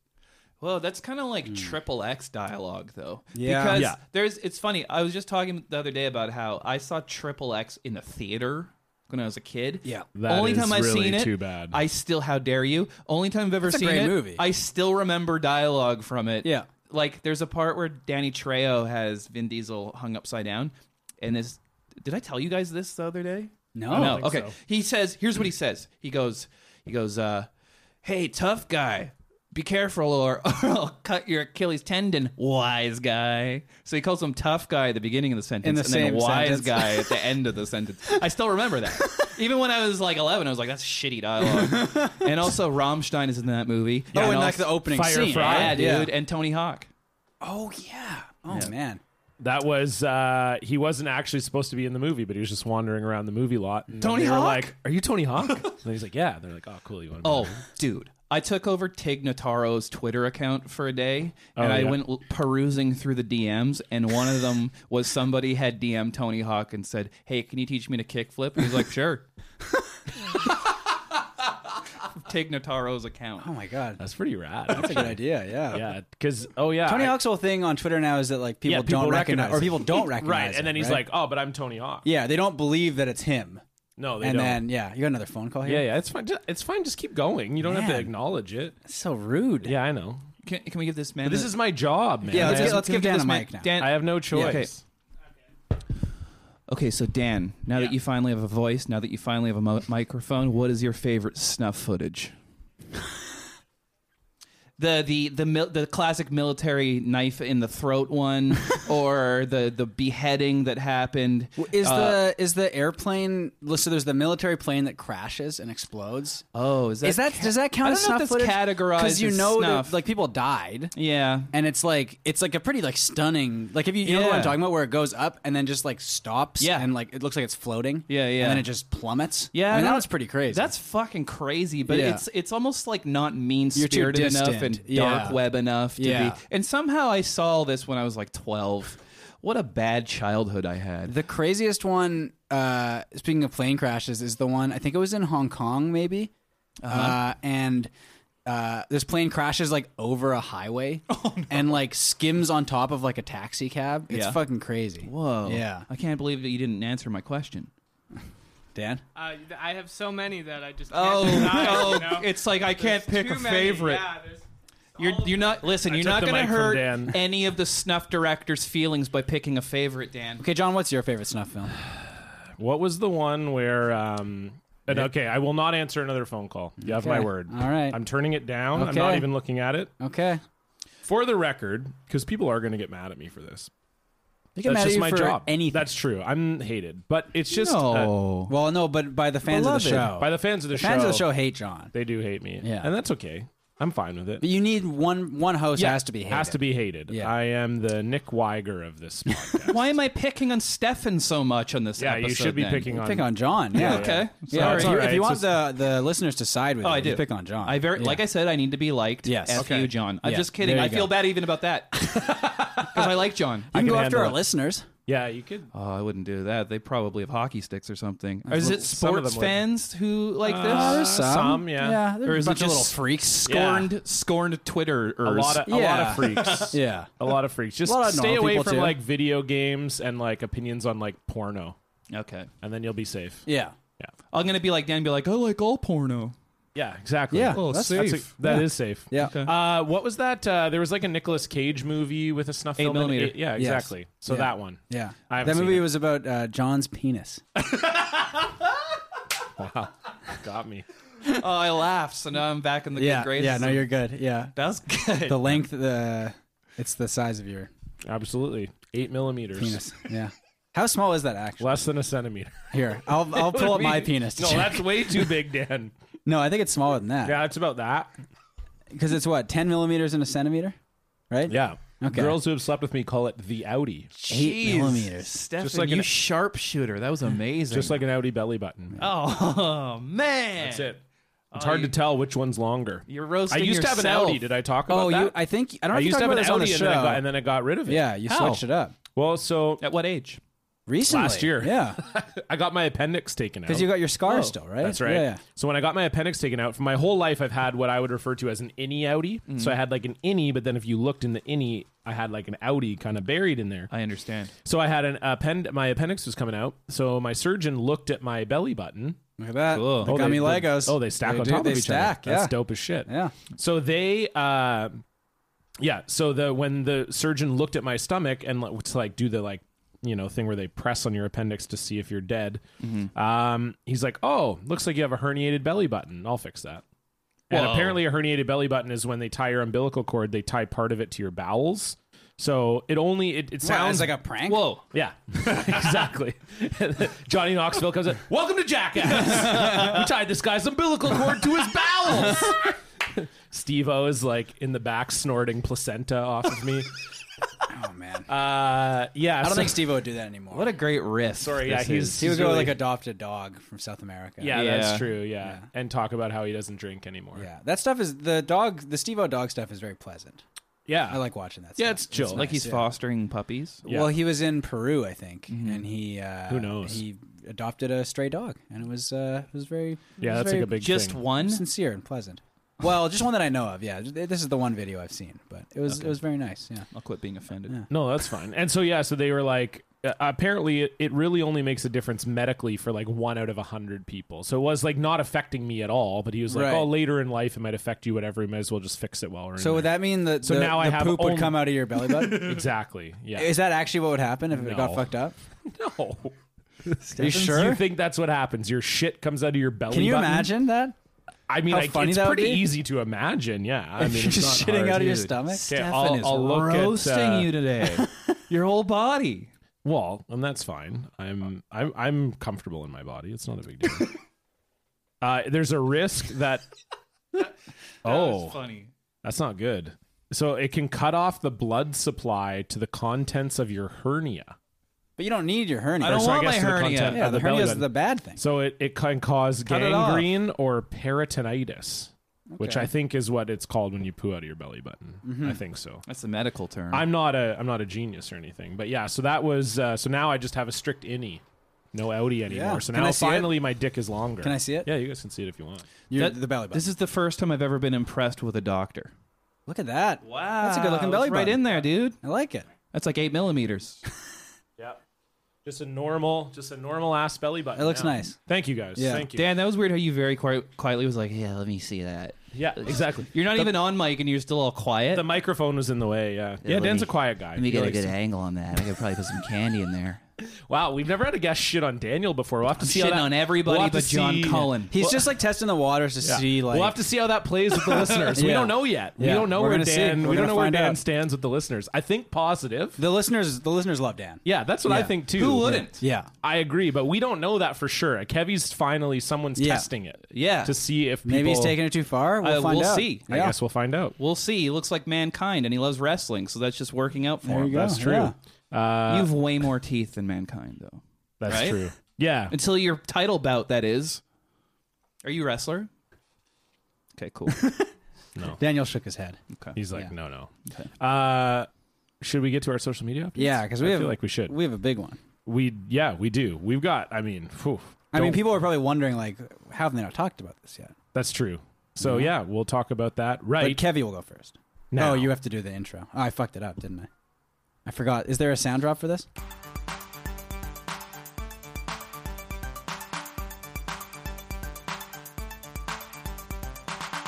Well, that's kind of like triple X dialogue, though.
Hmm. Yeah.
Because
Yeah.
there's, it's funny. I was just talking the other day about how I saw triple X in the theater when I was a kid.
Yeah.
That
Only
is
time I've
really
seen it.
too bad.
I still, how dare you? Only time I've ever
That's a
seen
great
it.
movie.
I still remember dialogue from it.
Yeah.
Like there's a part where Danny Trejo has Vin Diesel hung upside down, and this. Did I tell you guys this the other day?
No.
no. Okay. He says, here's what he says. He goes, he goes, uh, hey, tough guy, be careful or, <laughs> or I'll cut your Achilles tendon, wise guy. So he calls him tough guy at the beginning of the sentence
the
and then
same
wise
sentence.
guy at the end of the sentence. I still
<laughs>
remember that. Even when I was like 11, I was like, that's
<laughs>
shitty dialogue. and also, Rammstein is in that movie.
Oh,
and
in like
also-
the opening
Fire
scene.
Fry.
Yeah,
right?
dude.
Yeah.
And Tony Hawk.
Oh yeah. Oh man.
That was uh he wasn't actually supposed to be in the movie, but he was just wandering around the movie lot. And
Tony
they were
Hawk?
like, "Are you Tony Hawk?" and he's like, "Yeah." And they're like, "Oh, cool. You want to?"
Oh, dude. I took over Tig Notaro's Twitter account for a day, and I
Oh, yeah.
went l- perusing through the DMs, and one
<laughs>
of them was somebody had DM Tony Hawk and said, "Hey, can you teach me to kickflip?" And He's like,
<laughs>
"Sure." Tig Notaro's account.
Oh my god,
<laughs>
that's
That's pretty rad.
a
actually.
good idea.
<laughs>
Yeah.
yeah, because oh yeah,
Tony
I-
Hawk's whole thing on Twitter now is that like people
yeah,
don't recognize, or
it.
people don't recognize.
right, and then
him,
he's
right?
like, oh, but I'm Tony Hawk.
yeah, they don't believe that it's him.
No, they
And
don't.
then yeah, you got another phone call here.
yeah, yeah, it's fine. Just, it's fine. Just keep going. You don't have to
Man.
acknowledge it.
That's so rude.
Yeah, I know.
Can, can we give this man?
This
the-
is my job, man.
Yeah, let's
I,
get-
have,
let's give
can we
Dan
this
a
man-
mic now.
Dan,
I have no choice.
okay. Okay, so Dan, now that you finally have a voice, now that you finally have a mo- microphone, what is your favorite snuff <laughs> footage?
the the the mil- the classic military knife in the throat
<laughs>
one, or the the beheading that happened.
Is
Uh,
the is the airplane? So there's the military plane that crashes and explodes.
Oh, is that
Is that
ca-
does that count
I
as
don't know
snuff
if
footage?
that's categorized
Because you
as
know, that,
snuff.
like people died,
yeah.
and it's like it's like a pretty like stunning. Like if you, you know what I'm
Yeah.
talking about, where it goes up and then just like stops,
Yeah.
and like it looks like it's floating,
Yeah, yeah.
and then it just plummets.
Yeah,
I mean,
no,
that was pretty crazy.
That's fucking crazy, but
Yeah.
it's it's almost like not mean
You're too
spirited enough
distant.
and
Yeah.
dark web enough to
Yeah.
be. And somehow I saw this when I was like twelve. What a bad childhood I had.
the craziest one. Uh, speaking of plane crashes, is the one I think it was in Hong Kong, maybe,
Uh-huh.
uh, and. Uh, this plane crashes like over a
<laughs>
highway
Oh,
and like skims on top of like a taxi cab. It's
Yeah.
fucking crazy.
Whoa.
Yeah.
I can't believe that you didn't answer my question.
Dan?
Uh, th- I have so many that <laughs> I just
<laughs>
can't decide, you know?
Oh, it's like I can't
There's too many, Yeah, there's
You're
all of
you're
them.
not listen.
I
you're
took
not
the
going to
mic from
hurt
Dan.
any of the snuff director's feelings by picking a favorite, Dan.
Okay, John, what's your favorite snuff film?
What was the one where? Um, and okay, I will not answer another phone call. You have my
Okay.
word.
All right.
I'm turning it down. I'm
Okay.
not even looking at it.
Okay.
For the record, because people are going to get mad at me for this.
You get
That's
mad at
just
you
my
for
job.
anything.
That's true. I'm hated, but it's just uh,
no.
well, no, but by the fans of the
beloved.
show.
by the fans of the show.
fans of the show hate John.
they do hate me.
Yeah.
and that's okay. I'm fine with it.
But you need one one host has to be hated.
Has to be hated.
Yeah.
I am the Nick Weiger of
<laughs>
this. podcast.
<laughs> Why am I picking on Stefan so much on this
yeah,
episode?
you should be
then?
picking on.
Pick on John. Yeah.
Yeah,
Okay.
Yeah,
Sorry.
if,
It's all
you,
right.
if you want
It's
the, the listeners to side with
Oh,
you,
I
you
do.
pick on John.
I very
Yeah.
like I said I need to be liked.
Yes.
F
Okay.
you, John. I'm
Yeah.
just
There
kidding.
you
I feel
go.
bad even about <laughs> that because I like John.
you can
can
go after
handle
our
it.
listeners.
Yeah, you could.
Oh, I wouldn't do that. They probably have hockey sticks or something. Or is
Well,
it
some of
sports
them would.
fans who like
Uh,
this?
some, yeah.
yeah there's
Or is
a
it
bunch of
just
little freaks.
Yeah.
Scorned, scorned Twitter.
A lot of a
Yeah.
lot of freaks.
<laughs> Yeah.
a lot of freaks. Just
A lot of
stay
normal
away
people,
from
too.
like video games and like opinions on like porno,
Okay.
and then you'll be safe.
Yeah.
I'm gonna be like Dan. Be like, I like all porno.
Yeah, exactly.
Yeah.
Oh,
that's,
That's a-
safe.
that
Yeah.
is safe.
Yeah.
Okay.
Uh, what was that? Uh, there was like a Nicolas Cage movie with a snuff
Eight
film. in it.
millimeter.
Yeah,
Yes.
exactly. So
Yeah.
that one.
Yeah.
I haven't
That
seen
movie
it.
was about uh,
<laughs>
John's penis. <laughs>
Got me.
oh, I laughed, so now I'm back in the
yeah.
good graces.
Yeah, no, you're good. Yeah.
That was good.
The length, the it's the size of your
Absolutely. Eight millimeters.
penis. Yeah. How small is that actually?
Less than a centimeter.
Here, I'll
<laughs>
I'll pull up my penis. to
No,
check.
that's way too big, Dan.
<laughs> no, I think it's smaller than that.
Yeah, it's about that.
Because it's what ten millimeters in a centimeter, right?
Yeah.
Okay.
Girls who have slept with me call it the Audi.
eight
Jeez,
millimeters.
Stefan,
Just like
you
an-
sharpshooter. That was amazing.
Just like an Audi belly button.
oh man,
That's it. It's hard to tell which one's longer.
You're
I
roasting.
used to have an
yourself.
Audi. Did I talk about
Oh,
that?
you. I think I don't. Know
I
if you
used to have
talked
an
about
Audi,
this
and
on the
then,
show.
I got, and then I got rid of it.
yeah, you
How?
switched it up
Well, so
At what age?
recently.
year. <laughs>
Yeah,
I got my appendix taken out.
because you got your scar still, right?
That's right.
Yeah, yeah.
So when I got my appendix taken out, for my whole life, I've had what I would refer to as an innie outie.
Mm-hmm.
So I had like an innie, but then if you looked in the innie, I had like an outie kind of buried in there.
I understand.
So I had an append. My appendix was coming out. So my surgeon looked at my belly button.
Look at that.
Cool.
The
Oh,
gummy
they- they-
Legos.
Oh, they stack on
do-
top
they
of each
stack,
other. That's
yeah.
dope as shit.
Yeah.
So they, uh, yeah. So the when the surgeon looked at my stomach and like, to like do the like you know thing where they press on your appendix to see if you're dead,
Mm-hmm.
um, he's like, "Oh, looks like you have a herniated belly button. I'll fix that." And
Whoa.
apparently, a herniated belly button is when they tie your umbilical cord, they tie part of it to your bowels. So it only it, it sounds
Sounds like a prank.
Whoa.
yeah, <laughs> exactly. <laughs> Johnny Knoxville comes in. Welcome to Jackass. <laughs> we tied this guy's umbilical cord to his bowels. <laughs>
<laughs>
Steve O is like in the back snorting placenta off of me.
Oh man,
Uh, yeah.
I don't
so-
think Steve would do that anymore.
What a great risk.
Sorry, yeah,
this
he's-
is.
he would go
really-
like adopt a dog from South America.
Yeah,
Yeah.
that's true. Yeah.
Yeah.
and talk about how he doesn't drink anymore.
yeah. That stuff is the dog. The Steve O dog stuff is very pleasant.
yeah.
I like watching that.
Oh. Yeah, it's
stuff.
chill.
like he's
nice, yeah.
fostering puppies.
Yeah. Mm-hmm.
Well, he was in Peru, I think, and he uh,
Who knows?
He adopted a stray dog, and it was uh, it was very it
Yeah,
was
that's
very
like a big
Just
thing.
one.
sincere and pleasant. Well, just one that I know of. Yeah, th- this is the one video I've seen, but it was it was very nice. Yeah,
I'll quit being offended.
Yeah.
No, that's fine. And so yeah, so they were like. Uh, apparently, it, it really only makes a difference medically for like one out of a hundred people. So it was like not affecting me at all. But he was like,
Right.
"Oh, later in life, it might affect you. Whatever. We might as well just fix it while we're
So
in."
would
there.
that mean that
So
the,
now I
the
have
poop
only-
would come out of your
<laughs>
belly button?
exactly. Yeah.
Is that actually what would happen if it
No.
got fucked up?
no.
Are you
Do you
sure?
think that's what happens? Your shit comes out of your belly.
Can you
button?
imagine that?
I mean,
how
like,
funny
it's
that would
pretty
be?
easy to imagine. Yeah.
<laughs>
I mean,
You're
it's not
just shitting
hard.
out of your
dude.
stomach.
Okay,
Stefan
I'll-
is
I'll look at,
roasting
uh,
<laughs>
you today. Your whole body.
Well, and that's fine. I'm I'm I'm comfortable in my body. It's not a big deal. uh, there's a risk that. oh,
funny.
that's not good. So it can cut off the blood supply to the contents of your hernia.
But you don't need your hernia.
I don't
so
want
I guess
my
to the
hernia.
content
yeah,
of
the,
the belly
hernia is
button.
the bad thing.
So it, it can cause
it off.
gangrene or peritonitis, which
Okay.
I think is what it's called when you poo out of your belly button. I think so.
That's the medical term.
I'm not a I'm not a genius or anything, but yeah. So that was uh, so now I just have a strict innie, no outie anymore.
Yeah.
So
Can
now
I see it?
finally my dick is longer.
Can I see it?
Yeah, you guys can see it if you want.
Your,
That-
the belly button.
this is the first time I've ever been impressed with a doctor.
Look at that.
Wow,
That's a good looking
Oh, it's
belly
right
button.
in there, dude.
I like it.
That's like
<laughs>
eight millimeters.
Yeah, just a normal, just a normal ass belly button.
It looks
yeah.
nice.
Thank you guys.
Yeah.
Thank you.
Dan, that was weird how you very quiet, quietly was like, "Yeah, let me see that."
Yeah, exactly.
You're not even on mic and you're still all quiet.
The microphone was in the way. Yeah, yeah.
let
Dan's
me-
a quiet guy.
let me
He
get a
likes
good
to-
angle on that. I could probably put some candy in there.
Wow, we've never had a guest shit on Daniel before. We'll have to see how
Shitting
that-
on everybody
we'll have to
but John
see-
Cullen.
He's just like testing the waters to
Yeah.
see like
we'll have to see how that plays with
<laughs>
the listeners. We
Yeah.
don't know yet. We
Yeah.
don't know
We're
where
gonna see.
Dan.
We're
We don't
gonna
know where
find
Dan
out.
stands with the listeners. I think positive.
the listeners the listeners love Dan.
Yeah, that's what I
Yeah.
think too.
Who wouldn't?
Yeah.
I agree, but we don't know that for sure. Kevy's finally someone's
Yeah.
testing it.
Yeah.
To see if people,
Maybe he's taking it too far. We'll
Uh,
find
we'll
out.
see.
I
Yeah.
guess we'll find out.
We'll see. He looks like mankind, and he loves wrestling, so that's just working out for
There
him.
you go.
That's true.
Yeah.
Uh,
You've way more teeth than mankind, though.
that's
right?
true. Yeah.
Until your title bout, that is. Are you a wrestler? Okay, cool.
Daniel shook his head.
He's like,
Yeah.
no, no. Uh, should we get to our social media? updates?
Yeah, because we
I
have
feel like we should.
we have a big one.
We yeah, we do. We've got. I mean, whew,
I mean,
don't-
people are probably wondering like, how have they not talked about this yet?
That's true. So yeah, we'll talk about that right
But Kevy will go first.
now.
Oh, you have to do the intro. Oh, I fucked it up, didn't I? I forgot. Is there a sound drop for this?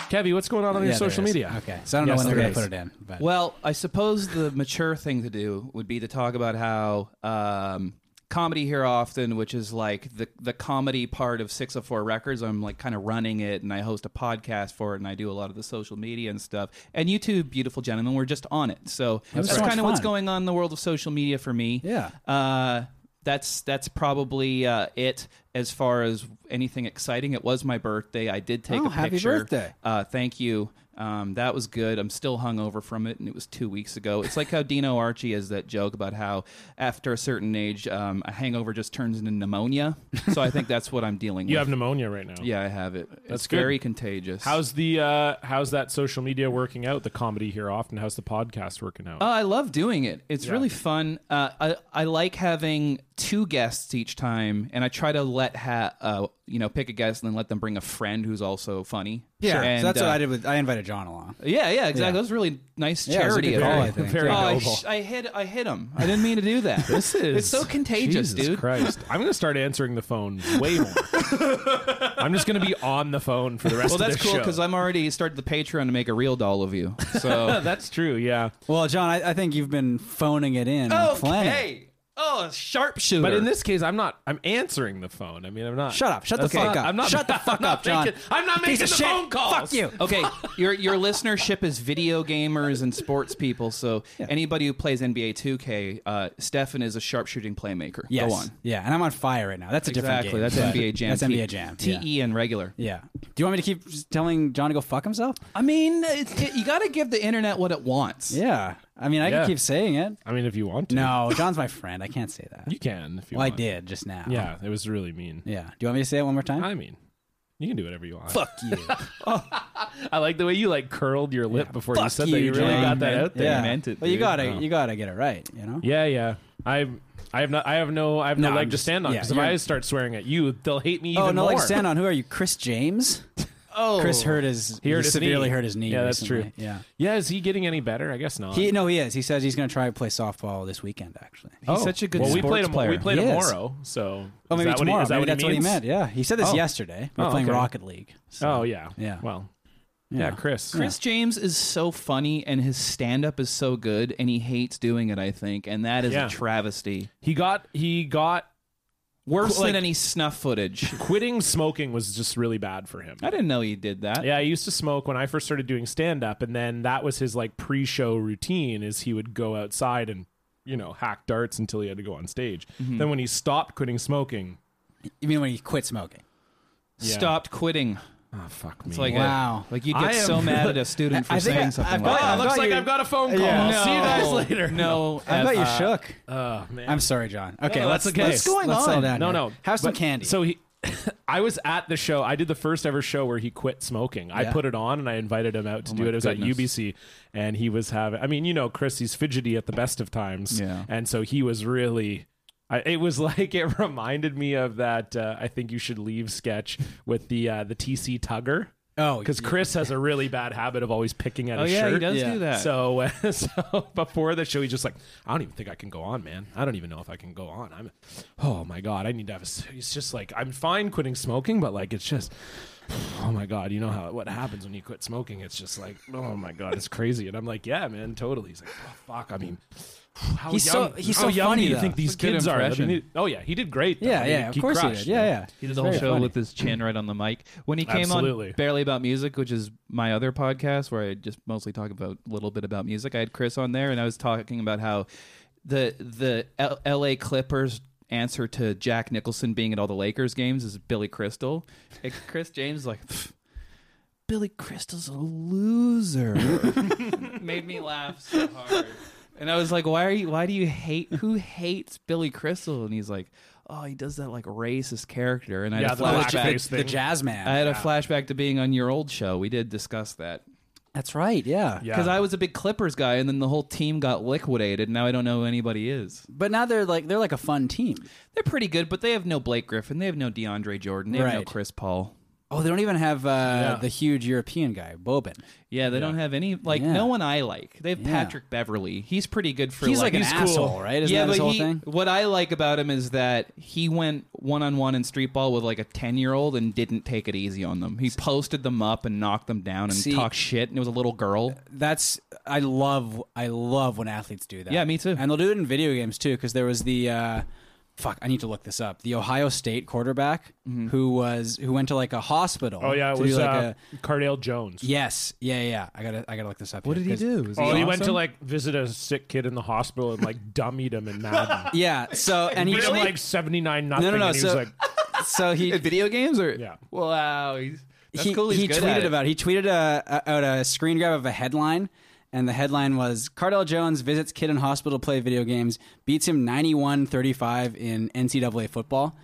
Kevy, what's going on on your
Yeah, there
social
is.
media?
Okay, so I don't
Yes,
know when they're
there
going to
is.
put it in. But
well, I suppose the mature thing to do would be to talk about how um, comedy here often, which is like the the comedy part of Six of Four Records. I'm like kind of running it, and I host a podcast for it, and I do a lot of the social media and stuff. And you two beautiful gentlemen were just on it, so
was
that's
so much
kind of what's
fun.
going on in the world of social media for me.
Yeah.
Uh, that's that's probably uh, it as far as anything exciting. It was my birthday. I did take
Oh,
a
happy
picture.
birthday.
Uh, thank you. Um, that was good. I'm still hungover from it, and it was two weeks ago. It's
<laughs>
like how Dino Archie has that joke about how after a certain age, um, a hangover just turns into pneumonia. So I think that's what
<laughs>
I'm dealing
You
with.
have pneumonia right now.
yeah, I have it.
That's
it's
good.
very contagious.
How's the uh, how's that social media working out? The comedy here often. How's the podcast working out?
Oh, I love doing it. It's
Yeah.
really fun. Uh, I I like having two guests each time, and I try to let ha- uh, you know pick a guest and then let them bring a friend who's also funny.
yeah,
And,
so that's what
uh,
I did with. I invited John along.
Yeah, yeah, exactly. That was really nice
Yeah, it was a
charity.
good call,
event.
I
<laughs>
think.
Very
oh, I,
noble.
sh- I hit I hit him. I didn't mean to do that.
This is
It's so contagious,
Jesus
dude.
Christ, I'm gonna start answering the phone way
<laughs>
more. I'm just gonna be on the phone for the rest
Well,
of
that's
this
cool
show.
because I'm already started the Patreon to make a real doll of you. So
that's true. Yeah,
Well, John, I, I think you've been phoning it in. and planning.
okay. Oh, sharpshooter.
but in <laughs> this case, I'm not. I'm answering the phone. I mean, I'm not.
Shut up. Shut
That's
the fuck
not-
up.
I'm not.
Shut the
<laughs>
fuck
I'm not
up, John.
making- I'm not
Piece
making
of
the
shit.
phone calls. Oh,
Fuck you.
Okay, your your listenership is video gamers and sports people. So anybody who plays NBA 2K, uh, Stefan is a sharpshooting playmaker.
Yes.
Go on.
Yeah, and I'm on fire right now. That's a
Exactly.
different
That's
game. but
NBA Jam.
That's
T-
NBA Jam.
E
TE
yeah.
and regular.
Yeah. Do you want me to keep just telling John to go fuck himself?
I mean, it's, it, you got to give the internet what it wants.
Yeah. I mean, I
Yeah.
can keep saying it.
I mean, if you want to,
No, John's my friend. I can't say
<laughs>
that.
you can. If you
Well, I
want.
did just now.
Yeah, it was really mean.
Yeah. Do you want me to say it one more time?
I mean, you can do whatever you want.
Fuck <laughs> you.
I like the way you like curled your lip before you
Fuck
said that. You really
John.
got that out there.
yeah.
meant it,
But you
dude.
gotta,
Oh.
you gotta get it right. You know.
Yeah, yeah. I I have not I have no I have no,
No,
leg
I'm
to
just-
stand on
yeah,
because if
you're-
I start swearing at you, they'll hate me even
oh no,
more.
like stand on. Who are you,
<laughs>
Chris James?
Oh,
Chris hurt his.
He hurt his
severely
knee.
hurt his knee.
Yeah, that's true.
recently. Yeah.
Yeah, is he getting any better? I guess not.
He no, he is. He says he's gonna try to play softball this weekend. Actually.
Oh.
such a good
well, we
sports
played him,
player.
We played
He is.
tomorrow, so
Oh,
is
maybe
that
tomorrow.
What he, is that
maybe
what
that's
he
what he
means?
meant. Yeah, he said this yesterday. We're
Oh,
playing
okay.
Rocket League. So,
Oh yeah,
Yeah.
Well, yeah, Chris.
Chris James is so funny and his stand up is so good and he hates doing it, I think, and that is
Yeah.
a travesty.
He got he got
Worse
Like-
than any snuff footage.
quitting smoking was just really bad for him.
I didn't know you did that.
Yeah, I used to smoke when I first started doing stand up and then that was his like pre-show routine is he would go outside and, you know, hack darts until he had to go on stage. Then when he stopped quitting smoking,
you mean when he quit smoking?
yeah.
Stopped quitting.
Oh fuck me.
It's like
Wow.
like you
I
get
am-
so mad at a student for
I think I-
saying something
I've
like
got- I've
that.
got-
"Ah, looks like
you-
I've got a phone call.
Yeah.
See you guys
No.
later.
No,
I bet
F-
you shook.
Oh man.
I'm sorry, John. Okay,
no,
let's,
that's okay.
let's
What's
going
let's
on?
settle down
No,
here.
no.
Have some
But-
candy.
So he, <laughs> I was at the show. I did the first ever show where he quit smoking. I
Yeah.
put it on and I invited him out to do
Oh my
it. It was at
goodness.
UBC, and he was having. I mean, you know, Chris, he's fidgety at the best of times,
Yeah.
and so he was really. I, it was <laughs> like it reminded me of that. Uh, I think you should leave sketch with the uh, the TC Tugger
oh,
because Chris has a really bad habit of always picking at
Oh
his
yeah,
shirt.
he does
Yeah.
do that.
So, <laughs> uh, so before the show, he's just like, I don't even think I can go on, man. I don't even know if I can go on. I'm, oh my god, I need to have. A, s- it's just like I'm fine quitting smoking, but like it's just, oh my god, you know how what happens when you quit smoking? It's just like, oh my god, it's crazy. And I'm like, yeah, man, totally. He's like, oh, fuck. I mean. How
He's so-
young,
he's
how
so
young
funny,
do you
though.
think these
Good
kids are? I mean,
impression.
he- oh yeah, he did great. Though.
Yeah,
I mean,
yeah, of
he
course he
crushed,
did. Yeah,
man.
yeah.
He
He's
did the whole
very
show
funny.
with his chin right on the mic. When he came
Absolutely.
on Barely About Music, which is my other podcast where I just mostly talk about a little bit about music, I had Chris on there and I was talking about how the the L- LA Clippers answer to Jack Nicholson being at all the Lakers games is Billy Crystal. And Chris James is like "Pfft, Billy Crystal's a loser.
<laughs>
Made me laugh so hard. And I was like, "Why are you? Why do you hate? Who hates Billy Crystal?" And he's like, "Oh, he does that like racist character." And I
Yeah,
had a
the
Like
Flashback
the,
flashback.
blackface.
the
thing.
jazz man.
I had a flashback to being on your old show. We did discuss that
that's right. Yeah.
Yeah.
because I was a big Clippers guy, and then the whole team got liquidated. Now I don't know who anybody is.
But now they're like they're like a fun team.
They're pretty good, but they have no Blake Griffin. They have no DeAndre Jordan. They have no
Right.
Chris Paul.
Oh, they don't even have uh,
Yeah.
the huge European guy, Bobin.
Yeah, they don't have any like
Yeah.
no one I like. They have
Yeah.
Patrick Beverly. He's pretty good for
He's
like
like an
he's cool.
asshole, right? Isn't
yeah,
that his
but
whole
he,
thing?
what I like about him is that he went one on one in street ball with like a ten year old and didn't take it easy on them. He posted them up and knocked them down and
See-
talked shit. And it was a little girl.
That's I love I love when athletes do that.
Yeah, me too.
And they'll do it in video games too because there was the uh, fuck. I need to look this up. The Ohio State quarterback who was who went to like a hospital.
Oh yeah, it
to
was
do, like
uh,
a
Cardale Jones.
yes, yeah, yeah. I gotta I gotta look this up.
What did he do? Was
Oh, he went to
awesome?
like visit a sick kid in the hospital and like dummied him in Madden. <laughs>
Yeah. So and he
Beat him, like seventy nine nothing.
No, no, no,
And he
so-
was like,
so he
At video games or
Yeah.
Wow, he's that's
he,
cool. He's
he
good
tweeted
at it.
about it. he tweeted a, a, out a screen grab of a headline, and the headline was Cardell Jones visits kid in hospital to play video games, beats him 91-35 in NCAA football.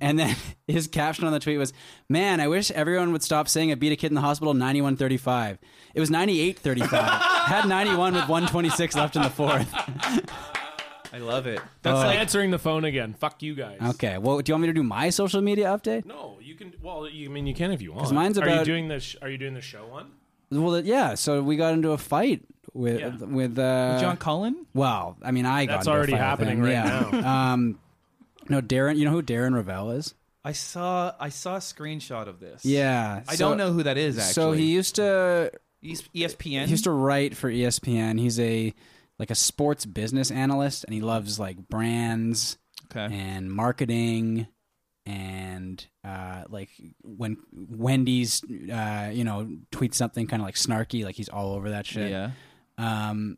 And then <laughs> his caption on the tweet was, "Man, I wish everyone would stop saying I beat a kid in the hospital 91-35. It was 98-35. Had 91 with 126 left in the fourth.
I love it.
"That's like answering the phone again. Fuck you guys."
Uh, Okay, well, do you want me to do my social media update?
No, you can. Well, you I mean you can if you want.
mine's
Are you
about-
doing the sh- Are you doing the show one?
Well, yeah. So we got into a fight with
Yeah.
with uh,
John Cullen.
Well, I mean, I got
That's
into a
already
fight with
happening
him,
right
yeah. now. <laughs> um, no, Darren. You know who Darren Ravel is?
I saw I saw a screenshot of this.
Yeah,
I
so-
don't know who that is actually.
So he used to
He's E ESPN.
he used to write for E ESPN. He's a like a sports business analyst, and he loves like brands
okay.
and marketing and uh, like when Wendy's uh, you know tweets something kind of like snarky, like he's all over that shit.
Yeah.
Um,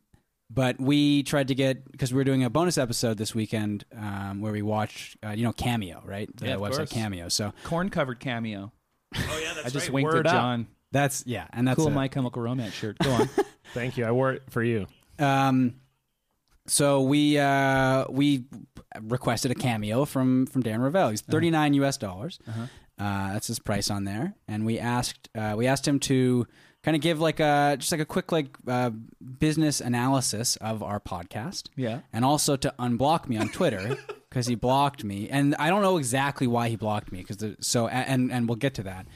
but we tried to get because we were doing a bonus episode this weekend um, where we watched, uh, you know, Cameo, right? The
Yeah, of
website
course.
Cameo. So
Corn covered cameo.
Oh yeah, that's
I just winked at John.
that's yeah, and that's
Cool
it.
<laughs> My Chemical Romance shirt. Go on.
Thank you. I wore it for you.
Um, So we uh, we requested a cameo from from Dan Ravel. He's thirty nine U.S. dollars. uh that's his price on there, and we asked uh, we asked him to kind of give like a just like a quick like uh, business analysis of our podcast.
Yeah.
and also to unblock me on Twitter <laughs> because he blocked me, and I don't know exactly why he blocked me because so a- and and we'll get to that.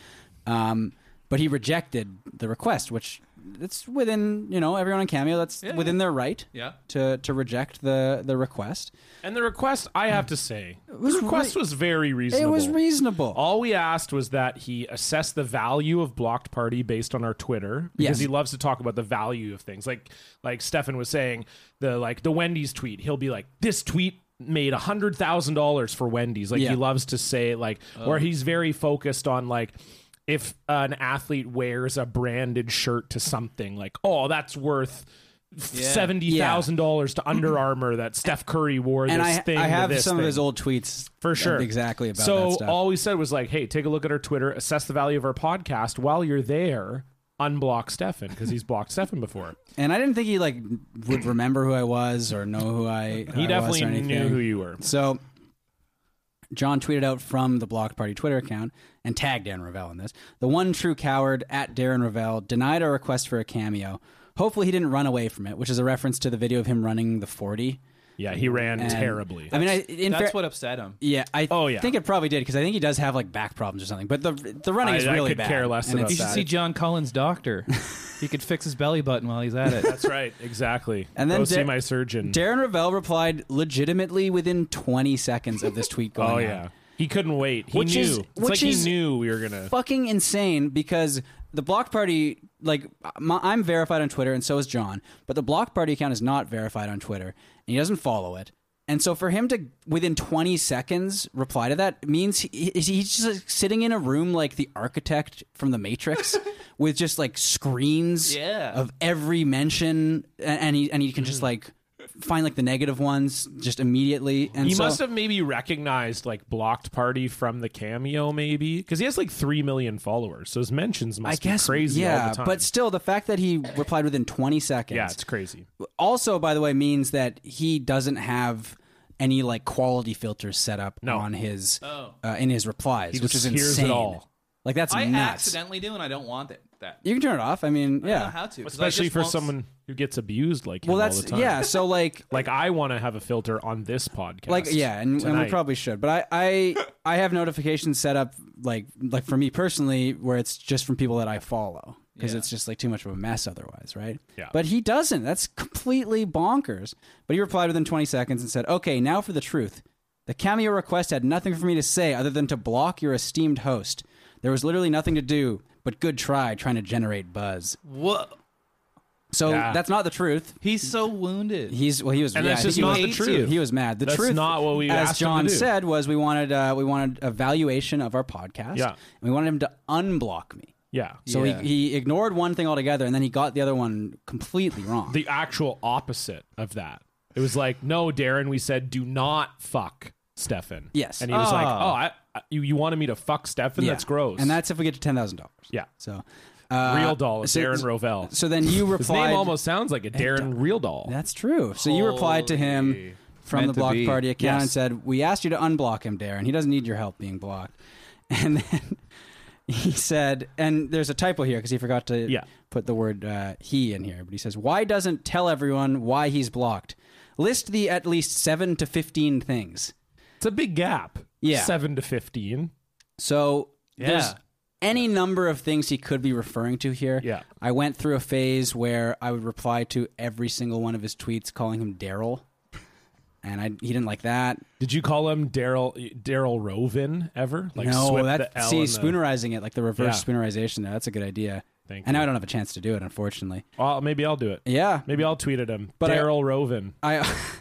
Um, but he rejected the request, which it's within you know everyone on Cameo that's within their right
Yeah.
to to reject the the request.
And the request, I have to say,
was
the request
re-
was very
It
reasonable.
was reasonable.
All we asked was that he assess the value of blocked party based on our Twitter because he
Yes.
loves to talk about the value of things. Like like Stefan was saying, the like the Wendy's tweet, he'll be like, This tweet made a hundred thousand dollars for Wendy's. Like
Yeah.
he loves to say like or he's very focused on like if an athlete wears a branded shirt to something, like, oh, that's worth seventy thousand dollars to
<clears throat>
Under Armour that Steph Curry wore this
and I
thing.
I
to
have
this
some of
thing.
his old tweets
For sure.
exactly about
so
that stuff.
all we said was like, hey, take a look at our Twitter, assess the value of our podcast. While you're there, unblock Stefan because he's blocked Stefan before.
<laughs> and I didn't think he like would remember who I was or know who I who
He
I was
definitely
or anything.
knew who you were.
So John tweeted out from the Blocked Party Twitter account and tagged Darren Ravel in this. The one true coward at Darren Ravel denied our request for a cameo. Hopefully he didn't run away from it, which is a reference to the video of him running the 40.
Yeah, he ran
And-
terribly.
I mean, I, in
That's
fair-
what upset him.
Yeah, I
Oh, yeah.
think it probably did because I think he does have like back problems or something. But the the running
I-
is
I
really
could
bad.
care less
and
about
it's-
that.
See John Collins' doctor. he could fix his belly button while he's at it.
That's right, exactly.
<laughs> And then
go see
Dar-
my surgeon.
Darren Ravel replied legitimately within 20 seconds of this tweet going
oh
out.
yeah, he couldn't wait. He
Which
knew.
is-
it's like
which is-
he knew we were gonna.
fucking insane because the block party like my, i'm verified on twitter and so is john but the block party account is not verified on twitter and he doesn't follow it and so for him to within 20 seconds reply to that means he, he- he's just like, sitting in a room like the architect from
<laughs>
the matrix with just like screens
Yeah.
of every mention a- and he and he can
Mm-hmm.
just like find like the negative ones just immediately and
He
so,
must have maybe recognized like blocked party from the cameo, maybe because he has like three million followers. So his mentions
I
must be
guess
crazy
yeah,
all the time.
but still the fact that he replied within 20 seconds
yeah, it's crazy.
also by the way means that he doesn't have any like quality filters set up
No.
on his uh, in his replies which
just
is
hears it
insane
all.
like that's
Oh. I
nuts
accidentally do, and I don't want it, that.
you can turn it off i mean
I don't know
yeah
how to. 'cause I
Especially
just
for
won't-
someone who gets abused like him
well
all the
that's
time.
yeah so like
Like I want to have a filter on this podcast.
like yeah and, and we
tonight.
probably should but i i i have notifications set up like like for me personally where it's just from people that i follow because
Yeah.
it's just like too much of a mess otherwise right
Yeah.
but he doesn't that's completely bonkers but he replied within 20 seconds and said okay now for the truth the cameo request had nothing for me to say other than to block your esteemed host there was literally nothing to do but good try trying to generate buzz
Whoa.
so
Yeah.
that's not the truth
He's so wounded.
He's well. He was.
And
yeah,
that's
I think
just
he
not
was-
the
hates
truth.
you. He was mad. The
That's
truth,
not what we
as
asked him
John
to do.
said, was we wanted uh, we wanted a valuation of our podcast.
Yeah.
and we wanted him to unblock me.
yeah.
So
Yeah.
he, he ignored one thing altogether, and then he got the other one completely wrong.
The actual opposite of that. It was like, no, Darren, we said do not fuck Stefan.
Yes.
And he was like, Oh,
Ah.
I, I you, you wanted me to fuck Stefan?
Yeah.
That's gross.
And that's if we get to ten thousand dollars.
Yeah.
So uh,
Real doll is
so-
Darren Rovell.
So then you
<laughs> His
replied.
name almost sounds like a Darren Real Doll.
That's true. So you replied to him from
Meant
the
to
block
be.
party account and
Yes.
said, "We asked you to unblock him, Darren. He doesn't need your help being blocked." <laughs> And then he said, and there's a typo here because he forgot to
Yeah.
put the word uh, "he" in here. But he says, "Why doesn't tell everyone why he's blocked? List the at least seven to fifteen things."
It's a big gap.
Yeah.
Seven to fifteen.
So there's
Yeah.
any number of things he could be referring to here.
Yeah.
I went through a phase where I would reply to every single one of his tweets calling him Daryl. And I, he didn't like that.
Did you call him Daryl Daryl Rovin ever? Like
no,
swip
that
the L
see
and the-
spoonerizing it like the reverse
Yeah.
spoonerization. There, that's a good idea.
Thank
and now
you.
I don't have a chance to do it, unfortunately.
Well, maybe I'll do it.
Yeah,
Maybe I'll tweet at him.
But I-
Daryl Rovin.
I <laughs>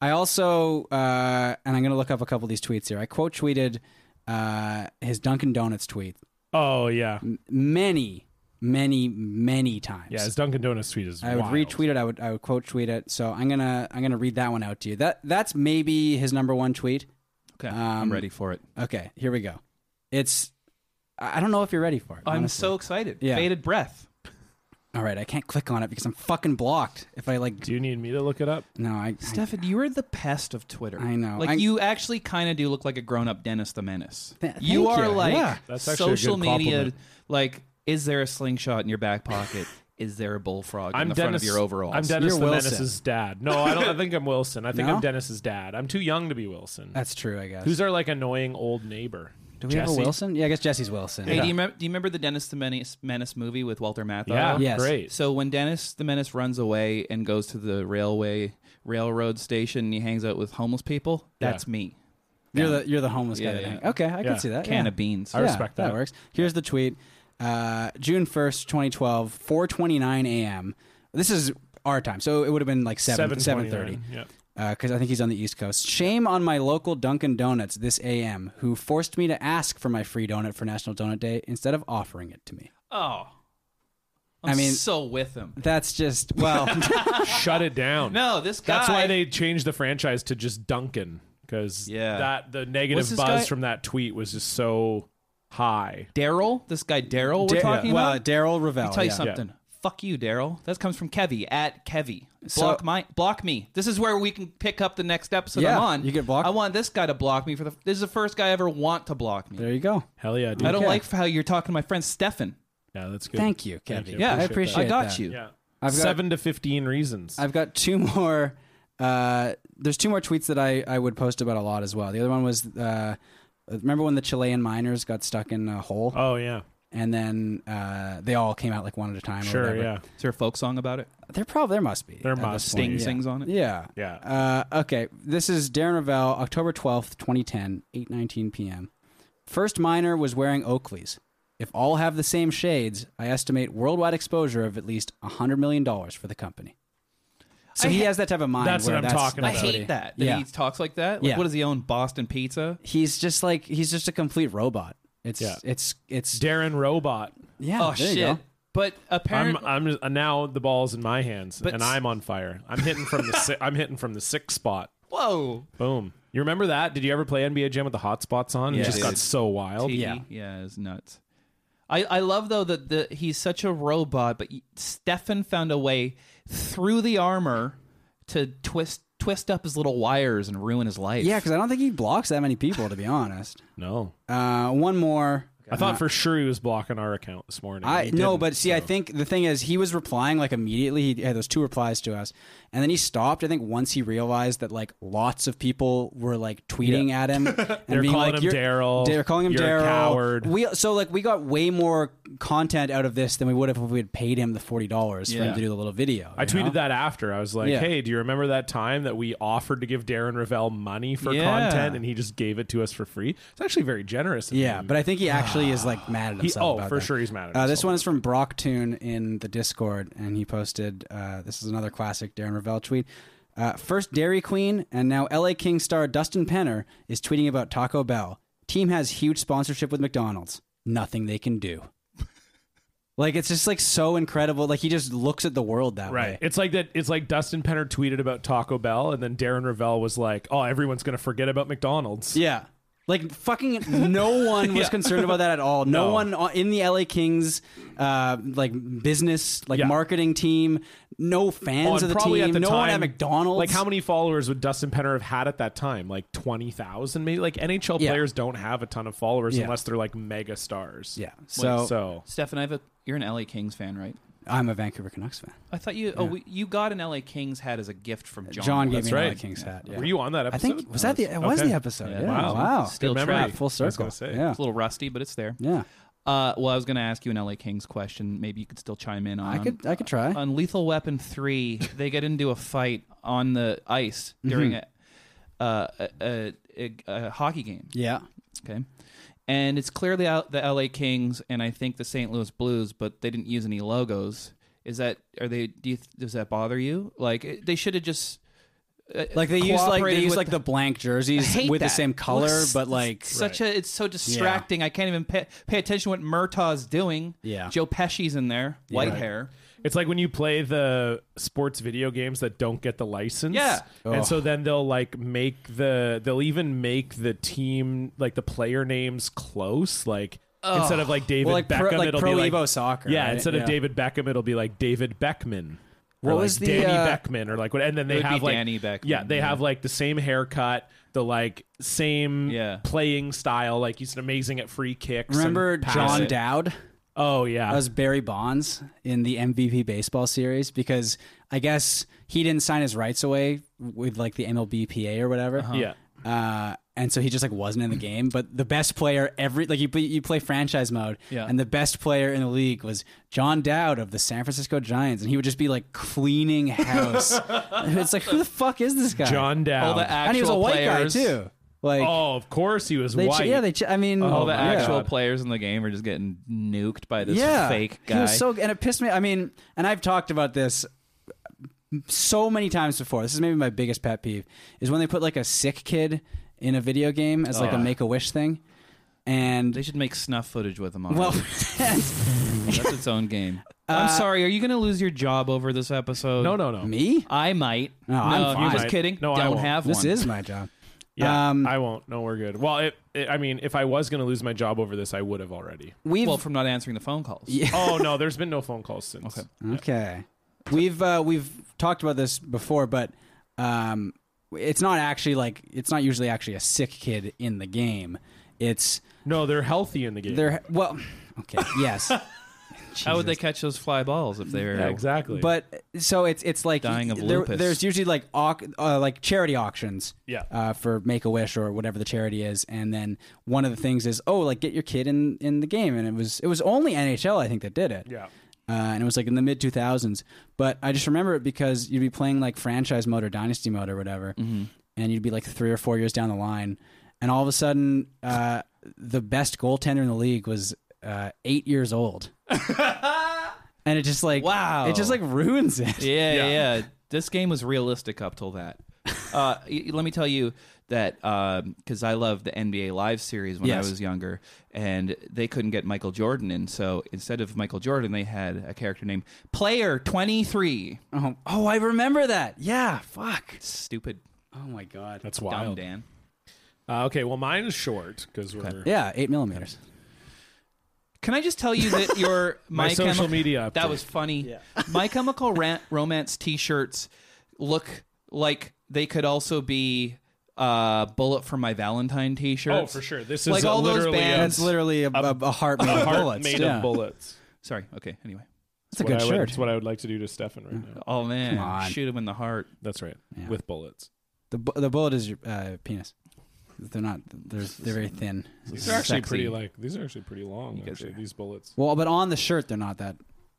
I also uh, and I'm gonna look up a couple of these tweets here. I quote tweeted uh, his Dunkin' Donuts tweet
Oh yeah.
many, many, many times.
Yeah, his Dunkin' Donuts tweet is.
I would
wild.
retweet it. I would I would quote tweet it. So I'm gonna I'm gonna read that one out to you. That that's maybe his number one tweet.
Okay,
Um,
I'm ready for it.
Okay, here we go. It's I I don't know if you're ready for it.
I'm
honestly.
so excited.
Yeah.
Bated breath.
All right, I can't click on it because I'm fucking blocked. If I like,
Do you need me to look it up?
no, I. I-
Stefan, you are the pest of Twitter.
I know.
Like
I-
you actually kind of do look like a grown-up Dennis the Menace.
Th- thank
you are
you.
like
Yeah.
That's actually a
social
good
media.
compliment.
Like, is there a slingshot in your back pocket? is there a bullfrog
I'm
in the
Dennis.
front of your overalls?
I'm Dennis
You're
the
Wilson.
Menace's dad. No, I don't. I think I'm Wilson. I think
No?
I'm Dennis's dad. I'm too young to be Wilson.
that's true, I guess.
Who's our like annoying old neighbor?
Do we have a Wilson? Yeah, I guess Jesse's Wilson.
Hey,
Yeah.
do you, remem- do you remember the Dennis the Menace, Menace movie with Walter Matthau?
Yeah,
Yes.
great.
So when Dennis the Menace runs away and goes to the railway railroad station and he hangs out with homeless people,
Yeah.
that's me.
You're the you're the homeless
Yeah,
guy. that
yeah.
hang- Okay, I
Yeah.
can see that.
Can
yeah.
of beans.
I
Yeah,
respect that.
works. Here's the tweet. Uh, June 1st, 2012, 4:29 a.m. This is our time. So it would have been like 7 7:30.
7:29. Yeah.
because Uh, I think he's on the East Coast. Shame on my local Dunkin' Donuts this AM, who forced me to ask for my free donut for National Donut Day instead of offering it to me.
Oh.
I
I'm
mean-
so with him.
<laughs> That's just
<laughs>
well,
Shut it down.
No, this guy.
That's why they changed the franchise to just Duncan because
Yeah.
that the negative
What's this
buzz
guy-
from that tweet was just so high.
Daryl, this guy Daryl we're
Da-
talking
well,
about.
Daryl Ravel.
I'll tell you
yeah.
something. Fuck you, Daryl. That comes from Kevy at Kevy.
So-
Block my block me. This is where we can pick up the next episode
Yeah,
I'm on.
you get blocked.
I want this guy to block me for the. This is the first guy I ever want to block me.
There you go.
Hell yeah, dude.
I don't
Okay.
like how you're talking to my friend Stefan.
Yeah, that's good.
Thank you,
Thank you.
Kevin.
Yeah,
I
Appreciate that.
appreciate.
I got
that.
you.
Yeah.
I've got-
Seven to fifteen reasons.
I've got two more. Uh, there's two more tweets that I, I would post about a lot as well. The other one was uh, remember when the Chilean miners got stuck in a hole
oh yeah,
and then uh, they all came out like one at a time. or
sure,
whatever.
yeah,
Is there a folk song about it?
There probably there must be.
There
at this
must.
point,
Sting
Oh, yeah.
sings on it.
Yeah.
yeah.
Uh, okay. This is Darren Ravel, October 12th, 2010, 8:19 p.m. First miner was wearing Oakleys. If all have the same shades, I estimate worldwide exposure of at least $100 million for the company. So
I
he
ha-
has that type of mind.
That's what
where
I'm talking
I
about.
what
hate
he-
that. That
yeah.
he talks like that. Like,
Yeah.
What does he own? Boston Pizza.
He's just like he's just a complete robot. It's
Yeah.
it's it's
Darren Robot.
yeah.
Oh
there you
shit!
go.
But
I'm
apparently,
I'm uh, now the ball's in my hands
But
and
s-
I'm on fire. I'm hitting from the si- I'm hitting from the sixth spot.
whoa.
Boom. You remember that? Did you ever play NBA Jam with the hot spots on?
Yeah,
it just
dude.
got so wild.
T-
oh, Yeah.
yeah, it's nuts. I, I love though that the he's such a robot, but y- Stefan found a way through the armor to twist twist up his little wires and ruin his life.
Yeah, because I don't think he blocks that many people, to be honest.
No.
Uh, one more.
I thought for sure he was blocking our account this morning.
I
He
no,
didn't,
but see, I
so.
think the thing is, he was replying like immediately. He had those two replies to us, and then he stopped. I think once he realized that like lots of people were like tweeting
<laughs>
at him, and
They're
being
calling
like,
him
"You're-
Daryl.
They're calling him
You're a
Daryl.
coward."
We so like we got way more content out of this than we would have if we had paid him the forty dollars for him
Yeah.
to do the little video.
I
you know?
tweeted that after. I was like,
Yeah.
"Hey, do you remember that time that we offered to give Darren Ravel money for
Yeah.
content and he just gave it to us for free?" It's actually very generous. Of
Yeah,
him.
but I think he actually is like mad
<sighs>
at
he,
himself.
oh,
about
for
that.
sure he's mad at
Uh, this
himself.
one is from Brock Toon in the Discord, and he posted uh, this is another classic Darren Ravel tweet. Uh, first Dairy Queen, and now LA King star Dustin Penner is tweeting about Taco Bell. Team has huge sponsorship with McDonald's. Nothing they can do. like it's just like so incredible. Like he just looks at the world that
Right.
way.
It's like that. It's like Dustin Penner tweeted about Taco Bell, and then Darren Ravel was like, "Oh, everyone's gonna forget about McDonald's."
Yeah. Like fucking
<laughs>
no one was concerned about that at all. No,
No.
one on- in the LA Kings uh, like business like
Yeah.
marketing team, no
Oh,
fans
and
of the
probably
team,
at the
no
time,
one at McDonald's.
Like, how many followers would Dustin Penner have had at that time? Like twenty thousand, maybe. Like NHL
Yeah.
players don't have a ton of followers
Yeah.
unless they're like mega stars.
Yeah. So,
so
Stefan, I have a you're an LA Kings fan, right?
I'm a Vancouver Canucks fan.
I thought you oh we, you got an LA Kings hat as a gift from John.
Uh, John, gave me an
right.
LA Kings hat. Yeah.
were you on that
I
episode?
think was that the it was
Okay.
the episode.
Yeah.
Yeah.
Wow.
Wow.
Still
Good memory.
trapped.
I
Full
was
circle.
gonna say.
Yeah.
It's a little rusty, but it's there.
Yeah.
Uh, well, I was going to ask you an LA Kings question. Maybe you could still chime in on.
Um,
I could I could try.
<laughs>
uh,
on Lethal Weapon three. they get into a fight on the ice
Mm-hmm.
during a, uh, a, a, a, a hockey game.
yeah.
Okay, and it's clearly out the LA Kings and I think the St. Louis Blues, but they didn't use any logos. Is that are they? Do you, does that bother you? Like it- they should have just uh,
Like they use like they
cooperated
use
with
like the blank
I
jerseys
hate
with the
that.
same color,
Looks-
but like
such a it's so distracting. I can't even pay, pay attention to what Murtaugh's doing.
Yeah.
Joe Pesci's in there, white hair.
It's like when you play the sports video games that don't get the license.
Yeah.
And so then they'll like make the they'll even make the team like the player names close. Like instead of like David
Well, like
Beckham,
pro, like
it'll
pro
be like
Evo soccer.
yeah,
right?
instead of David Beckham, it'll be like David Beckman. or
What was the,
like Danny
uh,
Beckman or like what? And then they
would be
have like
Danny Beckman,
Yeah, they
yeah.
have like the same haircut, the like same
Yeah.
playing style. Like he's amazing at free kicks.
Remember
and passes.
John Dowd?
Oh yeah,
That was Barry Bonds in the MVP baseball series because I guess he didn't sign his rights away with like the MLBPA or whatever.
yeah.
Uh, and so he just like wasn't in the game. But the best player every like you play, you play franchise mode,
Yeah.
and the best player in the league was John Dowd of the San Francisco Giants, and he would just be like cleaning house. it's like who the fuck is this guy?
John Dowd.
Oh,
All the actual
and he was a white
players,
guy too. Like
oh, of course he was
they, ch-
white.
yeah, they. Ch- I mean,
All the
yeah.
actual players in the game are just getting nuked by this fake guy.
He was so, and it pissed me. I mean, and I've talked about this so many times before. This is maybe my biggest pet peeve is when they put like a sick kid in a video game as
Oh.
like a make a wish thing, and
they should make snuff footage with him on.
well, <laughs> Uh,
that's its own game. I'm sorry. Are you going to lose your job over this episode?
no, no, no.
me.
I might.
No, I'm
I'm
fine.
just
might.
kidding.
No, I
don't
won't.
have one.
This is my job.
Yeah,
Um,
I won't. No, we're good. Well, it, it, I mean, if I was going to lose my job over this, I would have already.
We've
well from not answering the phone calls.
Yeah.
Oh no, there's been no phone calls since.
Okay.
Okay. We've uh, we've talked about this before, but um, it's not actually like it's not usually actually a sick kid in the game. It's
No, they're healthy in the game.
they're well, okay, yes,
<laughs> How would they catch those fly balls if they were
yeah, exactly.
but so it's it's like
Dying of
there-
lupus.
There's usually like auc- uh, like charity auctions,
Yeah.
uh, for Make a Wish or whatever the charity is, and then one of the things is oh like get your kid in in the game, and it was it was only NHL I think that did it,
yeah.
uh, and it was like in the mid 2000s. But I just remember it because you'd be playing like franchise mode or dynasty mode or whatever,
Mm-hmm.
and you'd be like three or four years down the line, and all of a sudden, uh, the best goaltender in the league was uh, eight years
<laughs>
old, and it just like
Wow.
it just like
<laughs>
ruins it.
Yeah,
Yeah.
yeah. This game was realistic up till
<laughs>
that. Uh, y- let me tell you that because I loved the NBA Live series when
Yes.
I was younger, and they couldn't get Michael Jordan in, so instead of Michael Jordan, they had a character named Player Twenty Three.
Oh, oh, I remember that. Yeah, fuck.
Stupid,
Oh my god.
That's
dumb
wild.
Dan.
Uh, okay, well, mine is short because we're
Yeah, eight millimeters.
Can I just tell you that your
<laughs> my, social
Chemi-
media.
That
update.
was funny. <laughs> My Chemical Ran- Romance T-shirts look like they could also be uh, Bullet for My Valentine
oh
T-shirts.
for sure. This
Like
is a
all those
literally a-
bands-
That's literally a, a, a heart made
a
of
heart
bullets.
made
yeah.
of bullets.
Sorry. Okay. Anyway.
That's a
What
good
I would-
shirt.
That's what I would like to do to Stefan right now.
Oh man,
Come on.
shoot him in the heart.
That's right, with bullets.
The bu- the bullet is your uh, penis. They're not. They're they're very thin.
These are actually
sexy.
pretty like these are actually pretty long.
guys
Actually,
are-
these bullets.
Well, but on the shirt they're not that.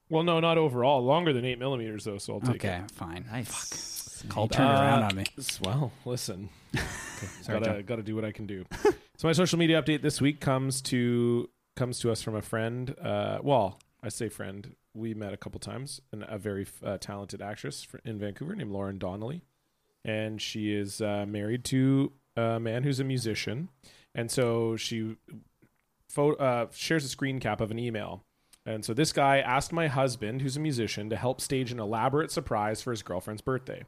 Well, no, not overall. Longer than eight millimeters though, so I'll take
Okay,
it.
fine.
Nice.
Call
Called
turn
Uh,
around on me.
S- Well, listen.
Sorry,
gotta gotta do what I can do. so my social media update this week comes to comes to us from a friend. Uh, well, I say friend. We met a couple times, and a very uh, talented actress fr- in Vancouver named Lauren Donnelly, and she is uh, married to a man who's a musician, and so she pho- uh, shares a screen cap of an email. And so this guy asked my husband, who's a musician, to help stage an elaborate surprise for his girlfriend's birthday.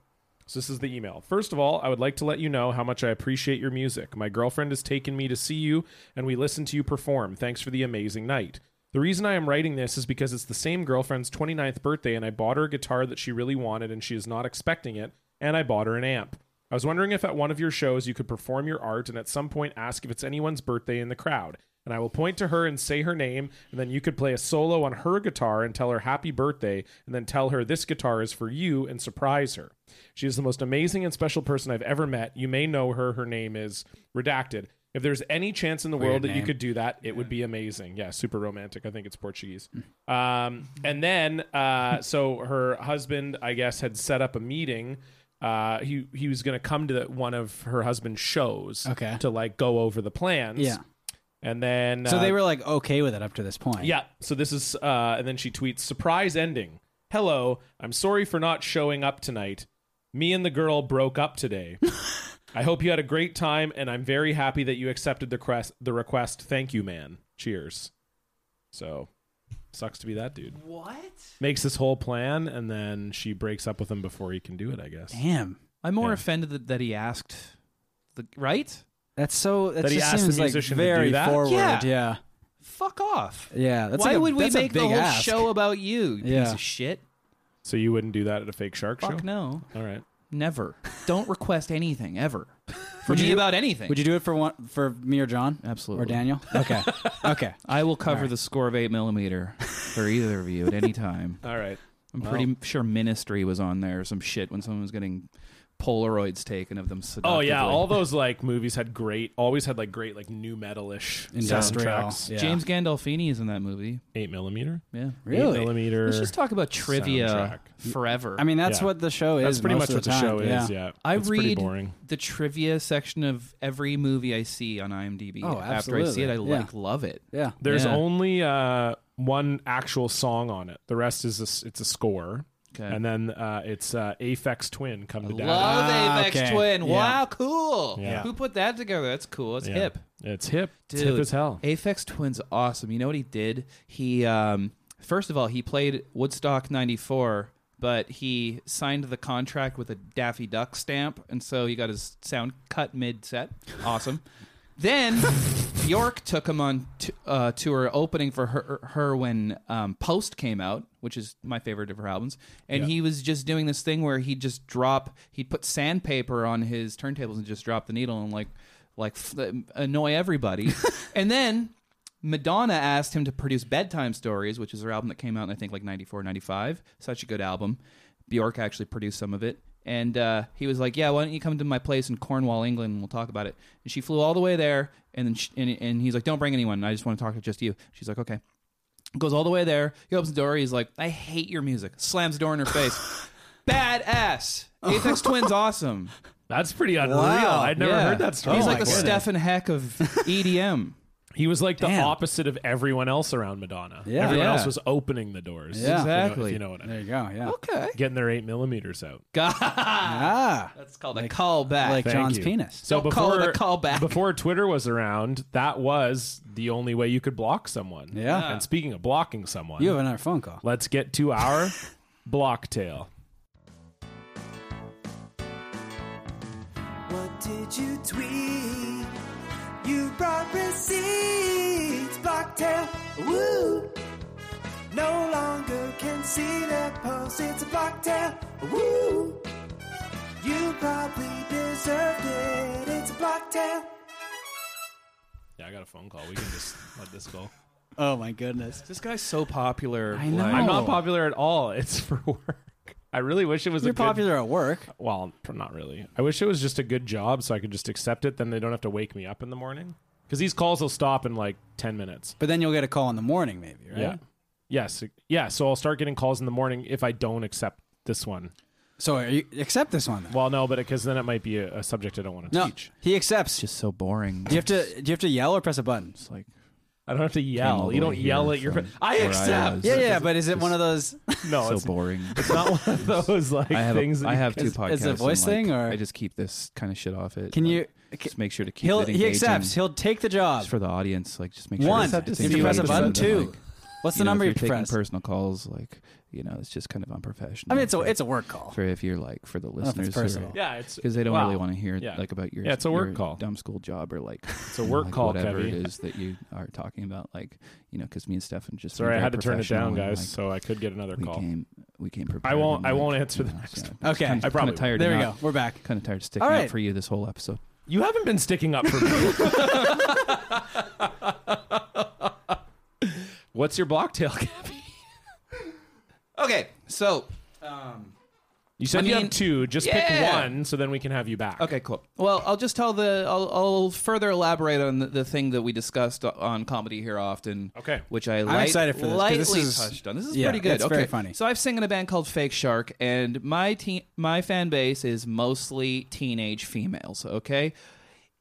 So this is the email. First of all, I would like to let you know how much I appreciate your music. My girlfriend has taken me to see you, and we listened to you perform. Thanks for the amazing night. The reason I am writing this is because it's the same girlfriend's 29th birthday, and I bought her a guitar that she really wanted, and she is not expecting it, and I bought her an amp. I was wondering if at one of your shows you could perform your art and at some point ask if it's anyone's birthday in the crowd. And I will point to her and say her name, and then you could play a solo on her guitar and tell her happy birthday, and then tell her this guitar is for you and surprise her. She is the most amazing and special person I've ever met. You may know her. Her name is Redacted. If there's any chance in the world that you could do that, it would be amazing. Yeah, super romantic. I think it's Portuguese.
Mm.
Um, and then, uh, so her husband, I guess, had set up a meeting. Uh, he he was going to come to the, one of her husband's shows,
Okay.
to like go over the plans.
Yeah.
and then
So
uh,
they were like okay with it up to this point.
yeah. So this is, uh, and then she tweets, surprise ending. Hello, I'm sorry for not showing up tonight. Me and the girl broke up today. I hope you had a great time, and I'm very happy that you accepted the request. The request. Thank you, man. Cheers. So, sucks to be that dude. What makes this whole plan, and then she breaks up with him before he can do it. I guess
Damn.
I'm more
Yeah.
offended that, that he asked. The, right?
That's so. That
That he
just
asked the
seems like
musician to do
very
that?
forward.
Yeah.
Yeah.
fuck off.
Yeah, that's
Why
like a-
would we
that's a
make the
big
whole
ask.
show about you, you
Yeah.
piece of shit?
So you wouldn't do that at a fake shark show?
Fuck no.
All right.
Never. Don't request anything ever. For
Would
me
you-
about anything.
Would you do it for one for me or John
Absolutely.
<laughs>
or Daniel? Okay, okay.
I will cover the score of eight millimeter for either of you at
<laughs>
any time.
All right.
I'm pretty sure Ministry was on there or some shit when someone was getting Polaroids taken of them.
Oh yeah,
seductively.
all those like movies had great, always had like great like new metalish
Industrial,
soundtracks.
yeah.
James Gandolfini is in that movie.
Eight millimeter,
Yeah.
eight
Really?
millimeter.
Let's just talk about trivia
soundtrack.
forever.
I mean, that's
Yeah.
what the show is.
That's pretty much
most of
what the,
the time.
show is. Yeah,
I
it's pretty
read
boring.
the trivia section of every movie I see on IMDb.
Oh,
After I see it, I
absolutely.
like love it.
yeah.
There's
Yeah.
only uh, one actual song on it. The rest is a s it's a score,
Okay.
and then uh, it's uh, Aphex Twin come to
Love
Daddy.
Ah,
Apex
okay.
Twin.
Yeah.
Wow, cool.
Yeah.
Who put that together? That's cool. That's
Yeah.
hip.
It's hip. It's
Dude,
hip as hell.
Aphex Twin's awesome. You know what he did? He um, first of all he played Woodstock '94, but he signed the contract with a Daffy Duck stamp, and so he got his sound cut mid-set. Awesome. then York took him on t- uh, tour opening for her, her when um, Post came out, which is my favorite of her albums. And he was just doing this thing where he'd just drop, he'd put sandpaper on his turntables and just drop the needle and like, like f- uh, annoy everybody. and then Madonna asked him to produce Bedtime Stories, which is her album that came out in I think like 94, 95. Such a good album. Bjork actually produced some of it. And uh, he was like, "Yeah, why don't you come to my place in Cornwall, England, and we'll talk about it." And she flew all the way there, and then she, and, and he's like, "Don't bring anyone. I just want to talk to just you." She's like, "Okay." Goes all the way there. He opens the door. He's like, "I hate your music." Slams the door in her face. Badass. Apex Twin's awesome.
That's pretty unreal.
Wow.
I'd never
Yeah.
heard that story.
Oh
He's like the
before.
Stefan Heck of E EDM.
<laughs>
He was like the
Damn.
opposite of everyone else around Madonna.
Yeah.
everyone
Yeah.
else was opening the doors.
Yeah.
If you know-
Exactly.
If you know what I mean.
There you go. Yeah.
okay.
Getting their eight millimeters out.
Ah,
That's called <laughs> a
<laughs>
callback.
like
Thank
John's
you.
penis.
So
Don't call it a callback.
Before Twitter was around, that was the only way you could block someone.
Yeah.
And speaking of blocking someone,
You have another phone call.
let's get to
<laughs>
our block tale.
What did you tweet? You brought receipts, Blocktail. Woo! No longer can see the post. It's a Blocktail. Woo! You probably deserved it. It's a Blocktail.
Yeah, I got a phone call. We can just let this go.
Oh my goodness.
This guy's so popular.
I know.
like-
I'm
Oh.
not popular at all. It's for <laughs> work. I really wish it was
You're
a good-
popular at work.
Well, not really. I wish it was just a good job so I could just accept it. Then they don't have to wake me up in the morning because these calls will stop in like ten minutes.
But then you'll get a call in the morning, maybe, right?
Yeah. Yes. Yeah. So I'll start getting calls in the morning if I don't accept this one.
So are you accept this one. Then.
Well, no, but because then it might be a, a subject I don't want to
no,
teach.
he accepts.
just so boring.
do you have to? Do you have to yell or press a button?
It's like
I don't have to
Came all
yell.
the
You don't
way
yell
here
at your.
from <laughs>
I
where I
accept.
was.
Yeah, yeah. But is it one of those?
No,
so
it's,
boring.
it's <laughs> not one of
<laughs>
those like
I have
things.
a,
that
I
you
have
can-
two <laughs> podcasts.
is it a
and,
voice
like,
thing, or-
I just keep this kind of shit off it.
Can
like,
you?
just make sure to keep
He'll,
it
he accepts.
engaging.
He'll take the job.
just for the audience, like just make sure
One.
it's- it's
If you
engaging
press a
and
button,
then,
two.
like,
What's
you
the
know,
number
if
you
you're taking
press?
personal calls, like you know, it's just kind of unprofessional.
I mean, it's a
for,
it's a work call.
for if you're like for the
know if it's
listeners,
personal.
Yeah, it's
because they don't
wow.
really want to hear
Yeah.
like about your
Yeah, it's a work
your
call.
dumb school job or like
It's a <laughs> work
like,
call,
whatever
Kevy.
it is that you are talking about. Like you know, because me and Stefan just
Sorry,
seem
I had to
very
turn it down,
professional
guys.
and, like,
so I could get another
we
call.
came we came prepared.
I won't.
and,
I
like,
won't answer the
you know,
next. <laughs>
yeah.
one.
Okay.
Kind of,
I probably
kind of tired.
there we go. We're back.
Kind of tired of sticking
All
up
right.
for you this whole episode.
You haven't been sticking up for me. What's your block tail, <laughs> Gabby?
Okay, so
You said
I
you
mean,
have two. Just pick
yeah.
one, so then we can have you back.
okay, cool. Well, I'll just tell the. I'll, I'll further elaborate on the, the thing that we discussed o- on comedy here often.
Okay.
which I light,
excited for this, 'cause
lightly
this is-
touched on. This is
yeah,
pretty good.
it's
okay,
very funny.
So I've sung in a band called Fake Shark, and my team, my fan base is mostly teenage females. Okay,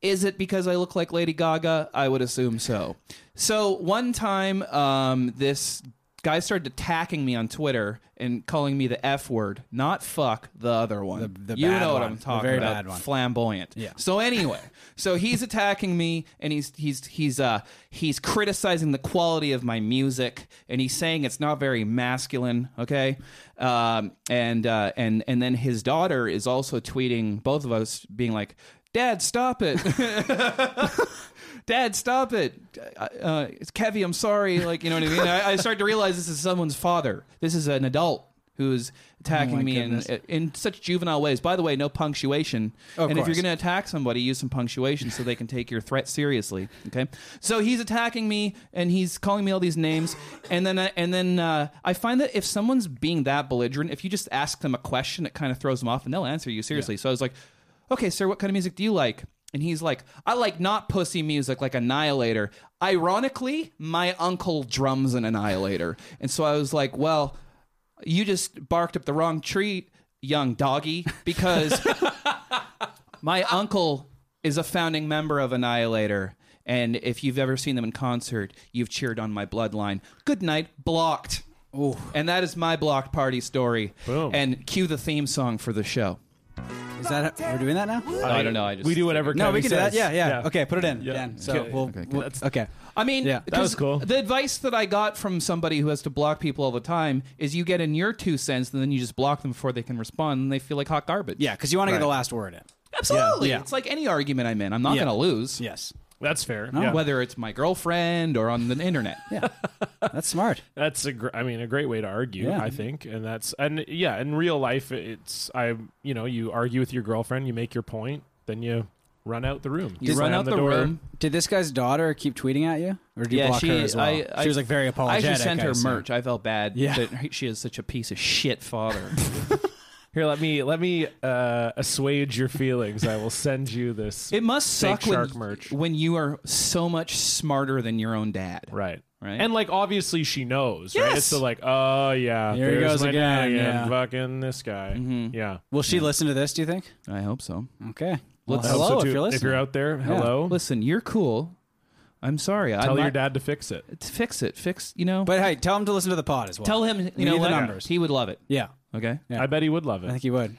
Is it because I look like Lady Gaga? I would assume so. So one time, um, this guy started attacking me on Twitter and calling me the F word, not fuck, the other one.
The- the
you
bad
know what
one.
I'm
The
talking
very
about.
bad one.
Flamboyant.
Yeah.
So anyway, so he's attacking me and he's he's he's uh he's criticizing the quality of my music and he's saying it's not very masculine. Okay, um, and uh, and and then his daughter is also tweeting both of us being like. Dad, stop it! <laughs> Dad, stop it. Uh, uh, it's Kevy, I'm sorry. Like, you know what I mean? I, I start to realize this is someone's father. This is an adult who's attacking
Oh my
me in,
goodness.
in such juvenile ways. By the way, no punctuation.
Oh, Of
and if you're
course.
going to attack somebody, use some punctuation so they can take your threat seriously. Okay. So he's attacking me and he's calling me all these names. And then, I, and then uh, I find that if someone's being that belligerent, if you just ask them a question, it kind of throws them off and they'll answer you seriously. So I was like, okay, sir, what kind of music do you like? And he's like, I like not pussy music like Annihilator. Ironically, my uncle drums an Annihilator. And so I was like, well, you just barked up the wrong tree, young doggy, because my uncle is a founding member of Annihilator. And if you've ever seen them in concert, you've cheered on my bloodline. Good night, blocked. And that is my blocked party story.
Boom.
And cue the theme song for the show.
Is that we're doing that now?
I don't know. I just
we do whatever.
No,
Kevy
we can do that.
says.
Yeah, yeah, Okay, put it in. Dan. So
Okay.
we'll. we'll- okay.
I mean,
Yeah. That
'cause
was cool.
The advice that I got from somebody who has to block people all the time is you get in your two cents and then you just block them before they can respond and they feel like hot garbage.
Yeah, because you want to get the last word in.
absolutely.
Yeah.
It's like any argument I'm in, I'm not
Yeah.
going to lose.
Yes,
That's fair. Yeah.
Whether it's my girlfriend or on the
<laughs>
internet.
that's
<laughs>
smart.
That's a gr- I mean a great way to argue,
Yeah.
I think. And that's and yeah, in real life it's I you know, you argue with your girlfriend, you make your point, then you run out the room.
You run
slam
out the,
door.
room.
Did this guy's daughter keep tweeting at you, or do you
Yeah,
block
she-
her as well?
I- I-
she was like very
I
apologetic.
just sent her
assume.
merch. I felt bad
Yeah.
that she is such a piece of
<laughs>
shit father.
Here, let me let me uh assuage your feelings. I will send you this
it must
Fake
suck when,
shark merch.
when you are so much smarter than your own dad.
Right.
Right.
And like obviously she knows, right?
Yes.
It's so like, oh yeah,
Here he
there's
goes
my dad
again, yeah.
fucking this guy. Yeah.
Will she listen to this? Do you think?
I hope so.
Okay. Well,
I hope
hello,
so, too.
if you're listening.
If you're out there, hello.
Listen, you're cool. I'm sorry.
Tell
I'm
your
not-
dad to fix it.
to fix it. Fix, you know.
but hey, tell him to listen to the pod as well.
tell him,
We
you know,
need
what?
the numbers.
He would love it.
Yeah,
Okay.
Yeah.
I bet he would love
I
it.
think he would.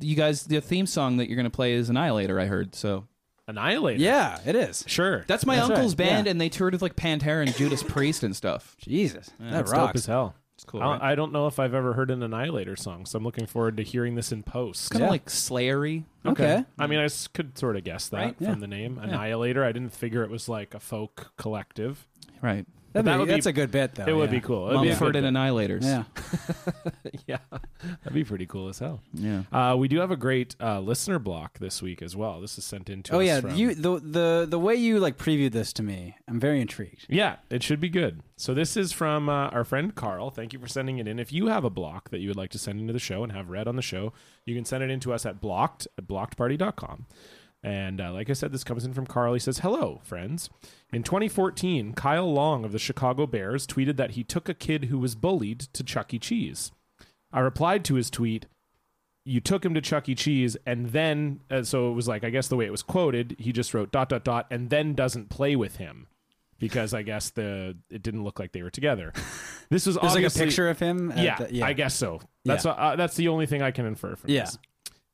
You guys, the theme song that you're going to play is Annihilator, I heard. So
Annihilate.
Yeah, it is.
Sure.
that's my
That's
uncle's
right,
band,
yeah.
and they toured with like Pantera and Judas Priest and stuff.
Jesus, that
That's dope
rocks.
as hell.
It's cool.
I don't,
right?
I don't know if I've ever heard an Annihilator song, so I'm looking forward to hearing this in post.
Kind of
Yeah.
like Slayery.
okay.
I mean, I s- could sort of guess that
Right?
from
Yeah.
the name Annihilator. I didn't figure it was like a folk collective.
Right.
That'd
that
be-
would be-
that's a good bit, though.
it would
Oh,
be
yeah.
cool. It'd be a
Mumford
good
and Annihilators.
Yeah. <laughs>
bit. yeah, that'd be pretty cool as hell.
Yeah.
Uh, we do have a great uh, listener block this week as well. This is sent in to
Oh
us.
yeah.
from-
You the the the way you like previewed this to me, I'm very intrigued.
Yeah, it should be good. So this is from uh, our friend Carl. Thank you for sending it in. If you have a block that you would like to send into the show and have read on the show, you can send it in to us at blocked at blockedparty.com. And uh, like I said, this comes in from Carl. He says, Hello, friends. In 2014, Kyle Long of the Chicago Bears tweeted that he took a kid who was bullied to Chuck E. Cheese. I replied to his tweet, you took him to Chuck E. Cheese, and then uh, so it was like I guess the way it was quoted, he just wrote dot dot dot, and then doesn't play with him because I guess the it didn't look like they were together. This was
There's like a
obviously
picture of him. at
Yeah,
the- yeah.
I guess so. That's
Yeah.
uh, that's the only thing I can infer from
Yeah.
this.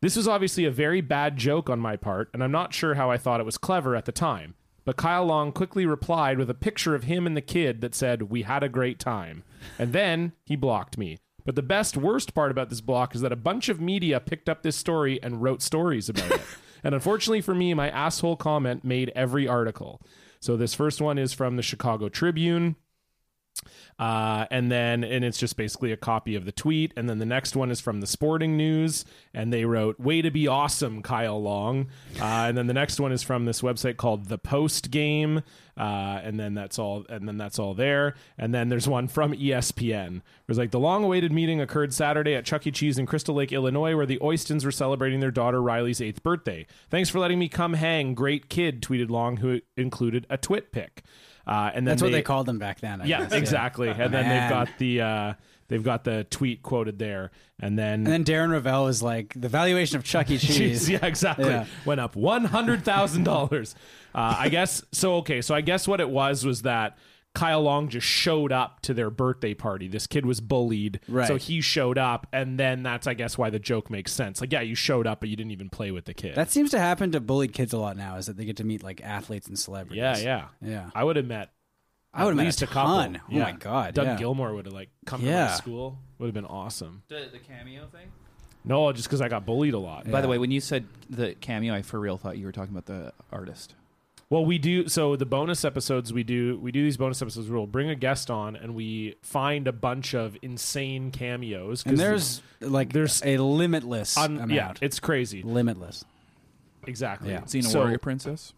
This was obviously a very bad joke on my part, and I'm not sure how I thought it was clever at the time. But Kyle Long quickly replied with a picture of him and the kid that said, We had a great time. And then he blocked me. But the best, worst part about this block is that a bunch of media picked up this story and wrote stories about
<laughs>
it. And unfortunately for me, my asshole comment made every article. So this first one is from the Chicago Tribune. Uh, and then, and it's just basically a copy of the tweet. And then the next one is from the Sporting News, and they wrote, "Way to be awesome, Kyle Long." Uh, and then the next one is from this website called The Post Game, uh, and then that's all. And then that's all there. And then there's one from E ESPN. It was like the long-awaited meeting occurred Saturday at Chuck E. Cheese in Crystal Lake, Illinois, where the Oystons were celebrating their daughter Riley's eighth birthday. Thanks for letting me come hang, great kid, tweeted Long, who included a twit pic. Uh, and then
That's what they called them back then. I
yeah,
<laughs> guess.
exactly. And then
Man.
they've got the uh, they've got the tweet quoted there, and then. <laughs>
And then Darren Ravel was like, the valuation of Chuck E. Cheese.
Jeez, yeah, exactly.
Yeah.
Went up one hundred thousand dollars. Uh, I guess so. Okay, so I guess what it was was that Kyle Long just showed up to their birthday party. This kid was bullied,
Right.
so he showed up, and then that's I guess why the joke makes sense. Like, yeah, you showed up, but you didn't even play with the kid.
That seems to happen to bullied kids a lot now, is that they get to meet like athletes and celebrities.
yeah, yeah,
Yeah.
I would have met.
I would have
at
met
least
a
a couple.
ton. Oh my
Yeah.
god.
Doug
yeah.
Gilmore would have like come to
Yeah.
my school. Would have been awesome.
The, the cameo thing?
No, just because I got bullied a lot.
By the way, when you said the cameo, I for real thought you were talking about the artist.
Well, we do. So the bonus episodes we do, we do these bonus episodes. We'll bring a guest on, and we find a bunch of insane cameos. 'cause
And there's like
there's-
there's a limitless
un-
amount.
yeah, it's crazy.
limitless.
Exactly.
Yeah.
Seen a
So-
warrior princess?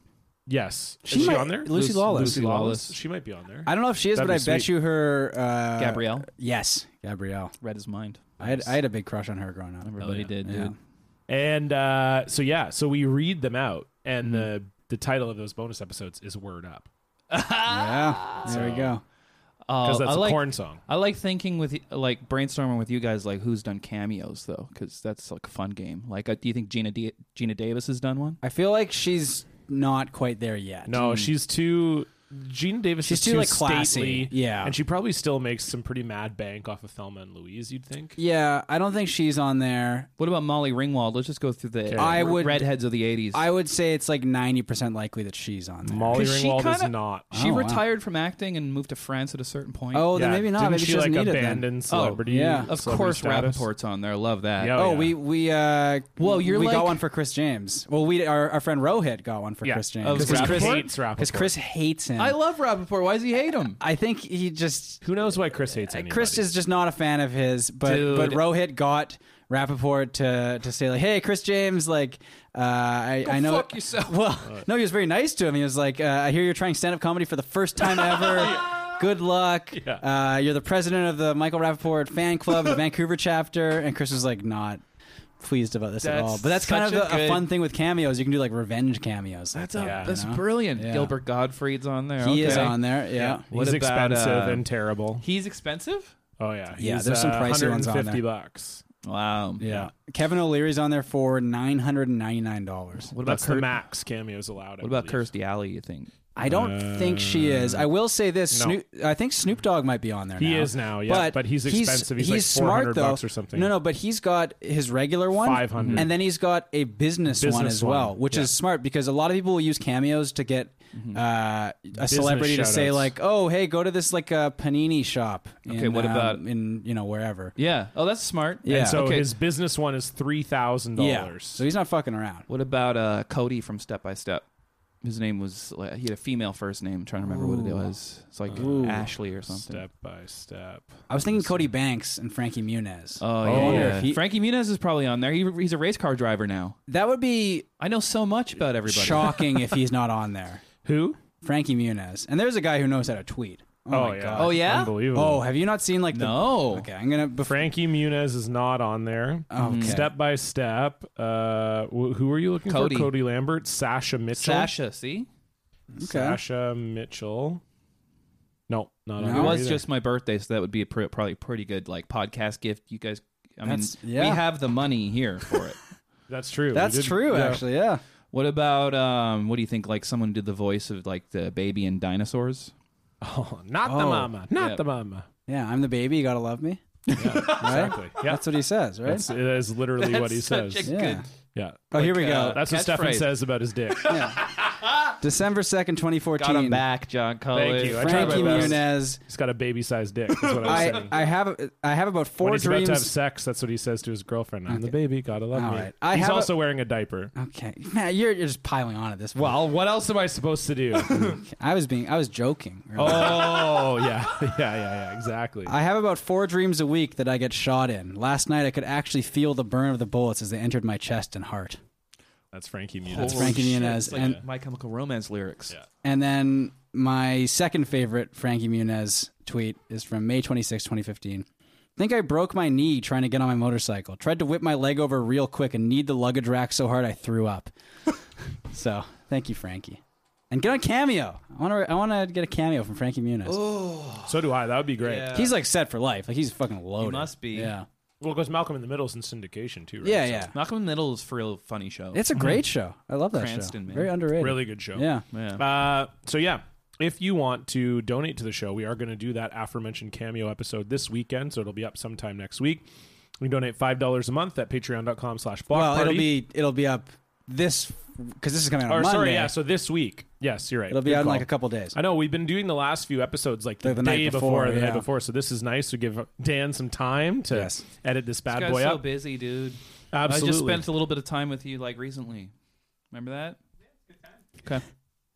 Yes,
She
is she
might-
on there?
Lucy Lawless.
Lucy Lawless.
She might be on there.
I don't know if she is,
That'd
but I
be
bet
sweet.
you her. Uh,
Gabrielle
Yes, Gabrielle.
read his mind.
I had I had a big crush on her growing up.
Everybody did, dude.
Oh, Yeah.
And uh, so yeah, so we read them out,
Mm-hmm.
and the the title of those bonus episodes is "Word Up" Oh,
yeah. There we
So- because
go. Oh,
Uh,
that's
I
a
like,
corn song.
I like thinking with like brainstorming with you guys like who's done cameos though because that's like a fun game. Like, uh, do you think Gina D- Gina Davis has done one?
I feel like she's not quite there yet.
No, she's too. Gene Davis
Mm.
is
She's too, like, classy.
stately,
Yeah.
and she probably still makes some pretty mad bank off of Thelma and Louise. You'd think.
Yeah, I don't think she's on there.
What about Molly Ringwald? Let's just go through the
I would-
redheads of the '80s.
I would say it's like ninety percent likely that she's on there.
Molly
'Cause she
Ringwald is
kinda-
not.
she
Oh, wow.
retired from acting and moved to France at a certain point.
Oh,
Yeah,
then maybe not.
Didn't
Maybe
she,
she doesn't
like
need it then.
abandon celebrity?
yeah.
of
celebrity
course,
status?
Rappaport's on there. Love that.
Yeah,
Oh,
yeah.
we we uh
Whoa, you're
we
like-
got one for Chris James. Well, we our, our friend Rohit got one for
Yeah.
Chris James
Oh,
because
Chris
Chris,
hates Rappaport.
because Chris hates him.
I
I,
love Rappaport. Why does he hate him?
think he just
Who knows why Chris hates anybody?
Chris is just not a fan of his. But
Dude.
but Rohit got Rappaport to to say like, hey, Chris James, like uh, I I know
fuck
<laughs>
yourself.
Well, no, he was very nice to him. He was like, uh, I hear you're trying stand up comedy for the first time
<laughs>
ever. Good luck.
Yeah.
Uh, you're the president of the Michael Rappaport fan club,
<laughs>
the Vancouver chapter. And Chris was like, not pleased about this at
That's
all. But that's kind of
such a
the, a
good-
fun thing with cameos. You can do like revenge cameos. Like
That's
that,
a,
Yeah.
that's
you know?
brilliant.
Yeah.
Gilbert Gottfried's on there.
He is
Okay.
on there. Yeah.
He's
What about,
expensive
uh,
and terrible.
He's expensive.
Oh yeah,
Yeah,
He's,
there's some
uh,
pricey ones on
150
there.
bucks.
Wow.
Yeah. Kevin O'Leary's on there for nine hundred and ninety nine dollars.
What about
That's the
Kurt?
max cameos allowed. I
What about
believe.
Kirstie Alley? You think?
I don't think she is. I will say this:
no.
Snoop, I think Snoop Dogg might be on there.
He
now.
is now, yeah, but he's expensive. He's like 400 bucks or something.
No, no, but he's got his regular one,
500.
and then he's got a business, one
Business
as well,
one,
which
yeah. Mm-hmm.
is smart because a lot of people will use cameos to get uh, a celebrity to say
shout-outs.
like, "Oh, hey, go to this like uh, panini shop."
Okay,
in,
what
um,
about-
in you know wherever?
Yeah. Oh, that's smart.
Yeah.
So
okay.
his business one is three thousand
yeah.
dollars.
So he's not fucking around.
What about uh, Cody from Step by Step? His name was like, he had a female first name. I'm trying to remember what it was. It's like Ashley or something.
Step by step.
I was thinking Cody Banks and Frankie Muniz.
Oh
I
yeah.
wonder
yeah.
if he-
Frankie Muniz is probably on there. He, he's a race car driver now.
that would be
I know so much about everybody.
shocking
<laughs>
if he's not on there.
Who?
Frankie Muniz, and there's a guy who knows how to tweet. Oh,
Oh,
my
yeah.
god.
Oh yeah.
Unbelievable.
Oh, have you not seen like the?
No.
Okay, I'm gonna. Bef-
Frankie Muniz is not on there.
Okay.
Step by step. Uh, wh- who are you looking
Cody.
for? Cody Lambert, Sasha Mitchell,
Sasha. See,
okay.
Sasha Mitchell. No, not on
No.
it
there
was
either.
just my birthday, so that would be a pr- probably pretty good like podcast gift. You guys, I mean,
That's- yeah.
we have the money
<laughs>
here for it.
That's true. We
That's
did-
true,
yeah.
actually. Yeah.
what about um? What do you think? Like someone did the voice of like the baby in dinosaurs.
Oh, <laughs> not the
Oh.
mama. Not
Yeah.
the
<laughs>
mama.
Yeah, I'm the baby. You gotta love me.
Exactly. Yeah.
That's what he says, right?
That's, it is literally what he
such
says.
a-
yeah.
good.
yeah.
Oh, here we go.
uh,
That's what Stefan
catchphrase.
says about his dick.
<laughs> December second, 2014.
Got him back, John Collins.
you. I tried
Frankie
my best.
Muniz.
He's got a baby sized dick. That's what I was
<laughs> I,
saying.
I have I have about four
when he's
dreams.
about to have sex, that's what he says to his girlfriend. I'm the baby, gotta love
All
me.
right. I
he's
have a-
also wearing a diaper.
okay, man, you're you're just piling on at this. Well,
Well, what else am I supposed to
<laughs>
do?
I was being I was joking. really.
oh, yeah, <laughs> yeah, yeah, yeah, exactly.
I have about four dreams a week that I get shot in. Last night, I could actually feel the burn of the bullets as they entered my chest and heart.
That's Frankie Muniz.
That's Frankie
shit.
Muniz,
It's like
and-
My Chemical Romance lyrics.
Yeah.
And then my second favorite Frankie Muniz tweet is from May 26, 2015. Think I broke my knee trying to get on my motorcycle. Tried to whip my leg over real quick and kneed the luggage rack so hard I
<laughs>
threw up. so thank you, Frankie. And get on cameo. I want to. I want to get a cameo from Frankie Muniz.
Oh. So do I. That would be great.
Yeah.
He's like set for life. Like he's fucking loaded.
must be.
Yeah.
Well, because Malcolm in the Middle's in syndication too, right?
Yeah.
So
Yeah.
Malcolm in the Middle is for real funny show.
It's a great show. I love that show.
Cranston, man.
Very underrated.
Really good show.
Yeah.
yeah.
Uh, so yeah, if you want to donate to the show, we are going to do that aforementioned cameo episode this weekend, so it'll be up sometime next week. You can donate five dollars a month at patreon.com slash block
Well,
party.
it'll be it'll be up this because this is coming out on
or
Monday.
sorry, yeah, so this week. Yes, you're right.
it'll be
Good
out in
call.
like a couple days.
I know we've been doing the last few episodes like the,
Like the
day
night
before,
before,
the night
yeah.
before. So this is nice to give Dan some time to
Yes.
edit this bad
This guy's
boy
so
up.
busy, dude.
Absolutely.
I just spent a little bit of time with you like recently. Remember that? Okay.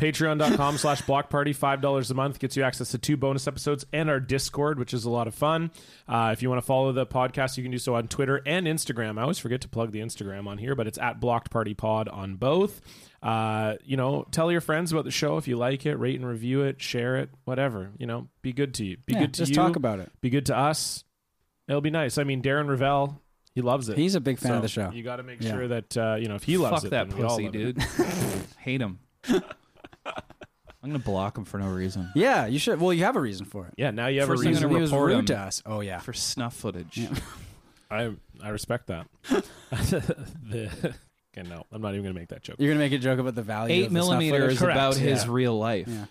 Patreon.com <laughs> slash block party, $5 a month gets you access to two bonus episodes and our Discord, which is a lot of fun. Uh, if you want to follow the podcast, you can do so on Twitter and Instagram. I always forget to plug the Instagram on here, but it's at blocked party pod on both. Uh, you know, tell your friends about the show if you like it, rate and review it, share it, whatever. You know, be good to you. Be
Yeah,
good to
just
you.
talk about it.
Be good to us. It'll be nice. I mean, Darren Ravel, he loves it.
He's a big fan
So
of the show.
You got to make
Yeah.
sure that uh, you know if he loves
Fuck
it.
that
then we all
pussy,
love it.
dude. Hate him. I'm gonna block him for no reason.
Yeah, you should. Well, you have a reason for it.
Yeah, now you have
First
a
thing
reason.
gonna
he was
report
rude
him.
to us. Oh yeah.
For snuff footage.
I I respect that. <laughs> the, okay, no, I'm not even gonna make that joke.
You're gonna make a joke about the value.
Eight
of the snuff
millimeter
footage?
is about
Correct,
his
yeah.
real life.
Yeah.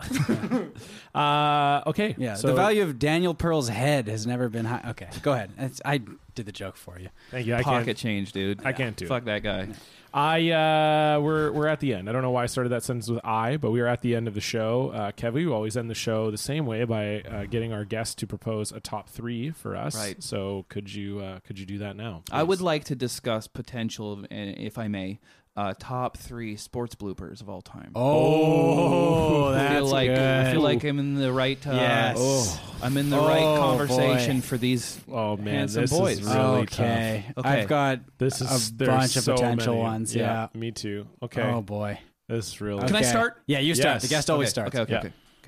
<laughs>
Uh, okay,
Yeah,
so
the value of Daniel Pearl's head has never been high. Okay, go ahead. It's, I did the joke for you.
Thank you. I
Pocket
can't.
change, dude.
I can't do.
Fuck that guy.
I uh, we're we're at the end. I don't know why I started that sentence with I, but we are at the end of the show. Uh, Kev, we always end the show the same way by uh, getting our guest to propose a top three for us.
Right.
So could you uh, could you do that now?
I would like to discuss potential, of- and if I may, uh, top three sports bloopers of all time.
<laughs> Oh,
I feel like I feel like I'm in the right. Uh,
Yes.
oh, I'm in the
Oh,
right conversation for these.
Oh man,
Handsome
this
boys.
is really
okay.
tough. Okay.
I've got
tough. This is
a
there's
bunch of
so
potential
many.
ones. Yeah.
me too. Okay,
Oh boy.
this is really.
Okay.
start?
Yeah, you start.
Yes.
The guest always
okay,
starts.
Okay, okay,
Yeah.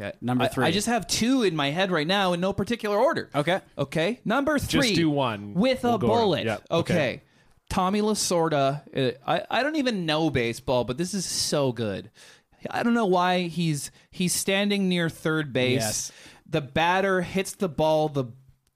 okay. okay.
Number
I-
three.
I, just have two in my head right now in no particular order.
Okay.
Okay. Number three.
Just do one
with
We'll
a
go around.
bullet.
Yeah,
Okay. Tommy Lasorda. uh, I I don't even know baseball, but this is so good. I don't know why he's he's standing near third base.
Yes.
The batter hits the ball. The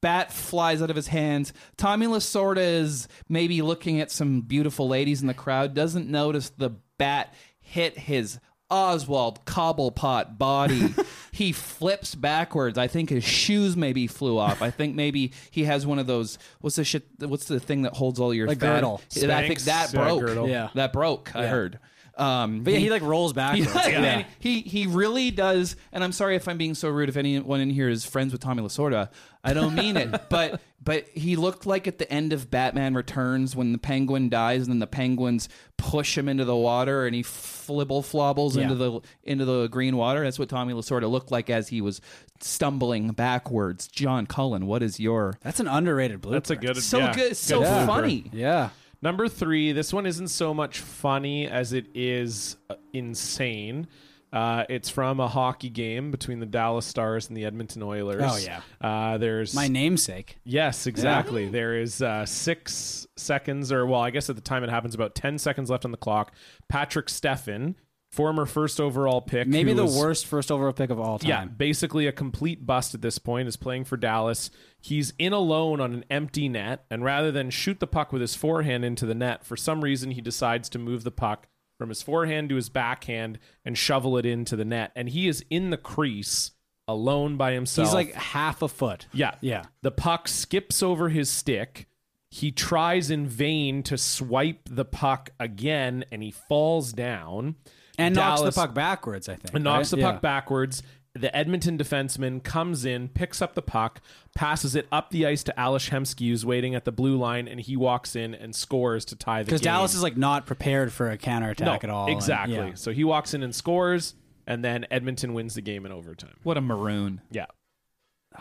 bat flies out of his hands. Tommy Lasorda is maybe looking at some beautiful ladies in the crowd. Doesn't notice the bat hit his Oswald Cobblepot
<laughs>
body. he flips backwards. I think his shoes maybe flew off. I think maybe he has one of those. What's the shit? What's the thing that holds all your
Like
fat-
girdle.
I think
Spanx,
that
yeah,
broke.
girdle.
Yeah.
that broke. I heard. Um,
But yeah, he like rolls backwards.
<laughs> yeah, man. He he really does. And I'm sorry if I'm being so rude. If anyone in here is friends with Tommy Lasorda, I don't mean it. <laughs> But but he looked like at the end of Batman Returns when the Penguin dies, and then the Penguins push him into the water, and he flibble flobbles into the into the green water. That's what Tommy Lasorda looked like as he was stumbling backwards. John Cullen, what is your
That's an underrated blue.
That's a good.
so
yeah,
good, so
blooper.
funny?
Yeah.
Number three, this one isn't so much funny as it is uh, insane. Uh, it's from a hockey game between the Dallas Stars and the Edmonton Oilers.
Oh, yeah.
Uh, there's
My namesake.
Yes, exactly. There is uh, six seconds, or well, I guess at the time it happens about ten seconds left on the clock. Patrick Steffen, former first overall pick,
Maybe
who
the
was-
worst first overall pick of all time.
Yeah, basically a complete bust at this point is playing for Dallas. He's in alone on an empty net, and rather than shoot the puck with his forehand into the net, for some reason he decides to move the puck from his forehand to his backhand and shovel it into the net. And he is in the crease alone by himself.
He's like half a foot.
Yeah.
Yeah.
The puck skips over his stick. He tries in vain to swipe the puck again and he falls down.
And knocks
Dallas-
the puck backwards, I think.
and knocks
right?
the puck
Yeah.
backwards. The Edmonton defenseman comes in, picks up the puck, passes it up the ice to Alish Hemsky, who's waiting at the blue line, and he walks in and scores to tie the game.
Because Dallas is like not prepared for a counterattack at all. and-
Exactly.
yeah.
So he walks in and scores, and then Edmonton wins the game in overtime.
What a maroon.
Yeah.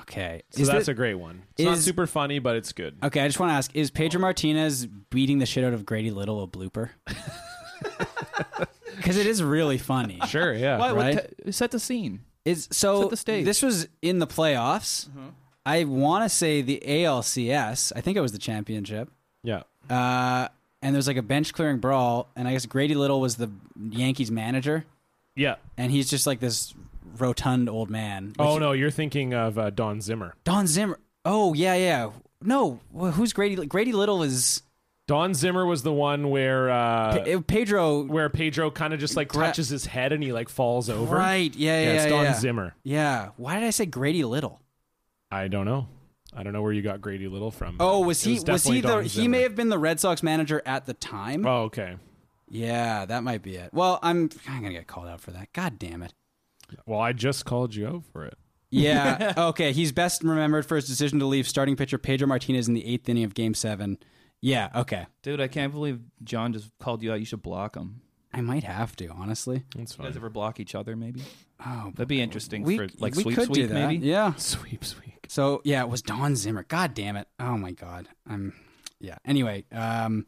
Okay.
So
Is
that's
that-
a great one. It's not
is-
super funny, but it's good.
Okay, I just want to ask: Is Pedro Martinez beating the shit out of Grady Little
<laughs>
a blooper? Because it is really funny.
Sure, yeah.
Why- what
Right?
t- set the scene.
Is so.
Set the stage.
This was in the playoffs.
Mm-hmm.
I want to say the ALCS. I think it was the championship.
Yeah.
Uh, and there's like a bench clearing brawl, and I guess Grady Little was the Yankees manager,
Yeah.
and he's just like this rotund old man. Like,
Oh no, you're thinking of uh, Don Zimmer.
Don Zimmer. Oh yeah, yeah. No, wh- who's Grady? Grady Little is
Don Zimmer was the one where uh,
Pe- Pedro.
where Pedro kind of just like
Gra-
touches his head and he like falls over.
Right. Yeah. Yeah.
Yeah, it's
yeah,
Don
yeah.
Zimmer.
Yeah. Why did I say Grady Little?
I don't know. I don't know where you got Grady Little from.
Oh, was he?
It
Was,
definitely
he the?
Don
He
Zimmer.
may have been the Red Sox manager at the time.
Oh, okay.
Yeah, that might be it. Well, I'm I'm gonna get called out for that. God damn it.
Well, I just called you out for it. <laughs>
<laughs>
Yeah. okay. He's best remembered for his decision to leave starting pitcher Pedro Martinez in the eighth inning of Game Seven. Yeah. Okay.
Dude, I can't believe John just called you out. You should block him.
I might have to, honestly.
That's
You guys
fine.
ever block each other? Maybe
Oh,
that'd be interesting
we,
for like
we
sweep
could
sweep
do that.
maybe.
Yeah.
Sweeps week.
So yeah, it was Don Zimmer. God damn it. Oh my god. I'm yeah. Anyway, um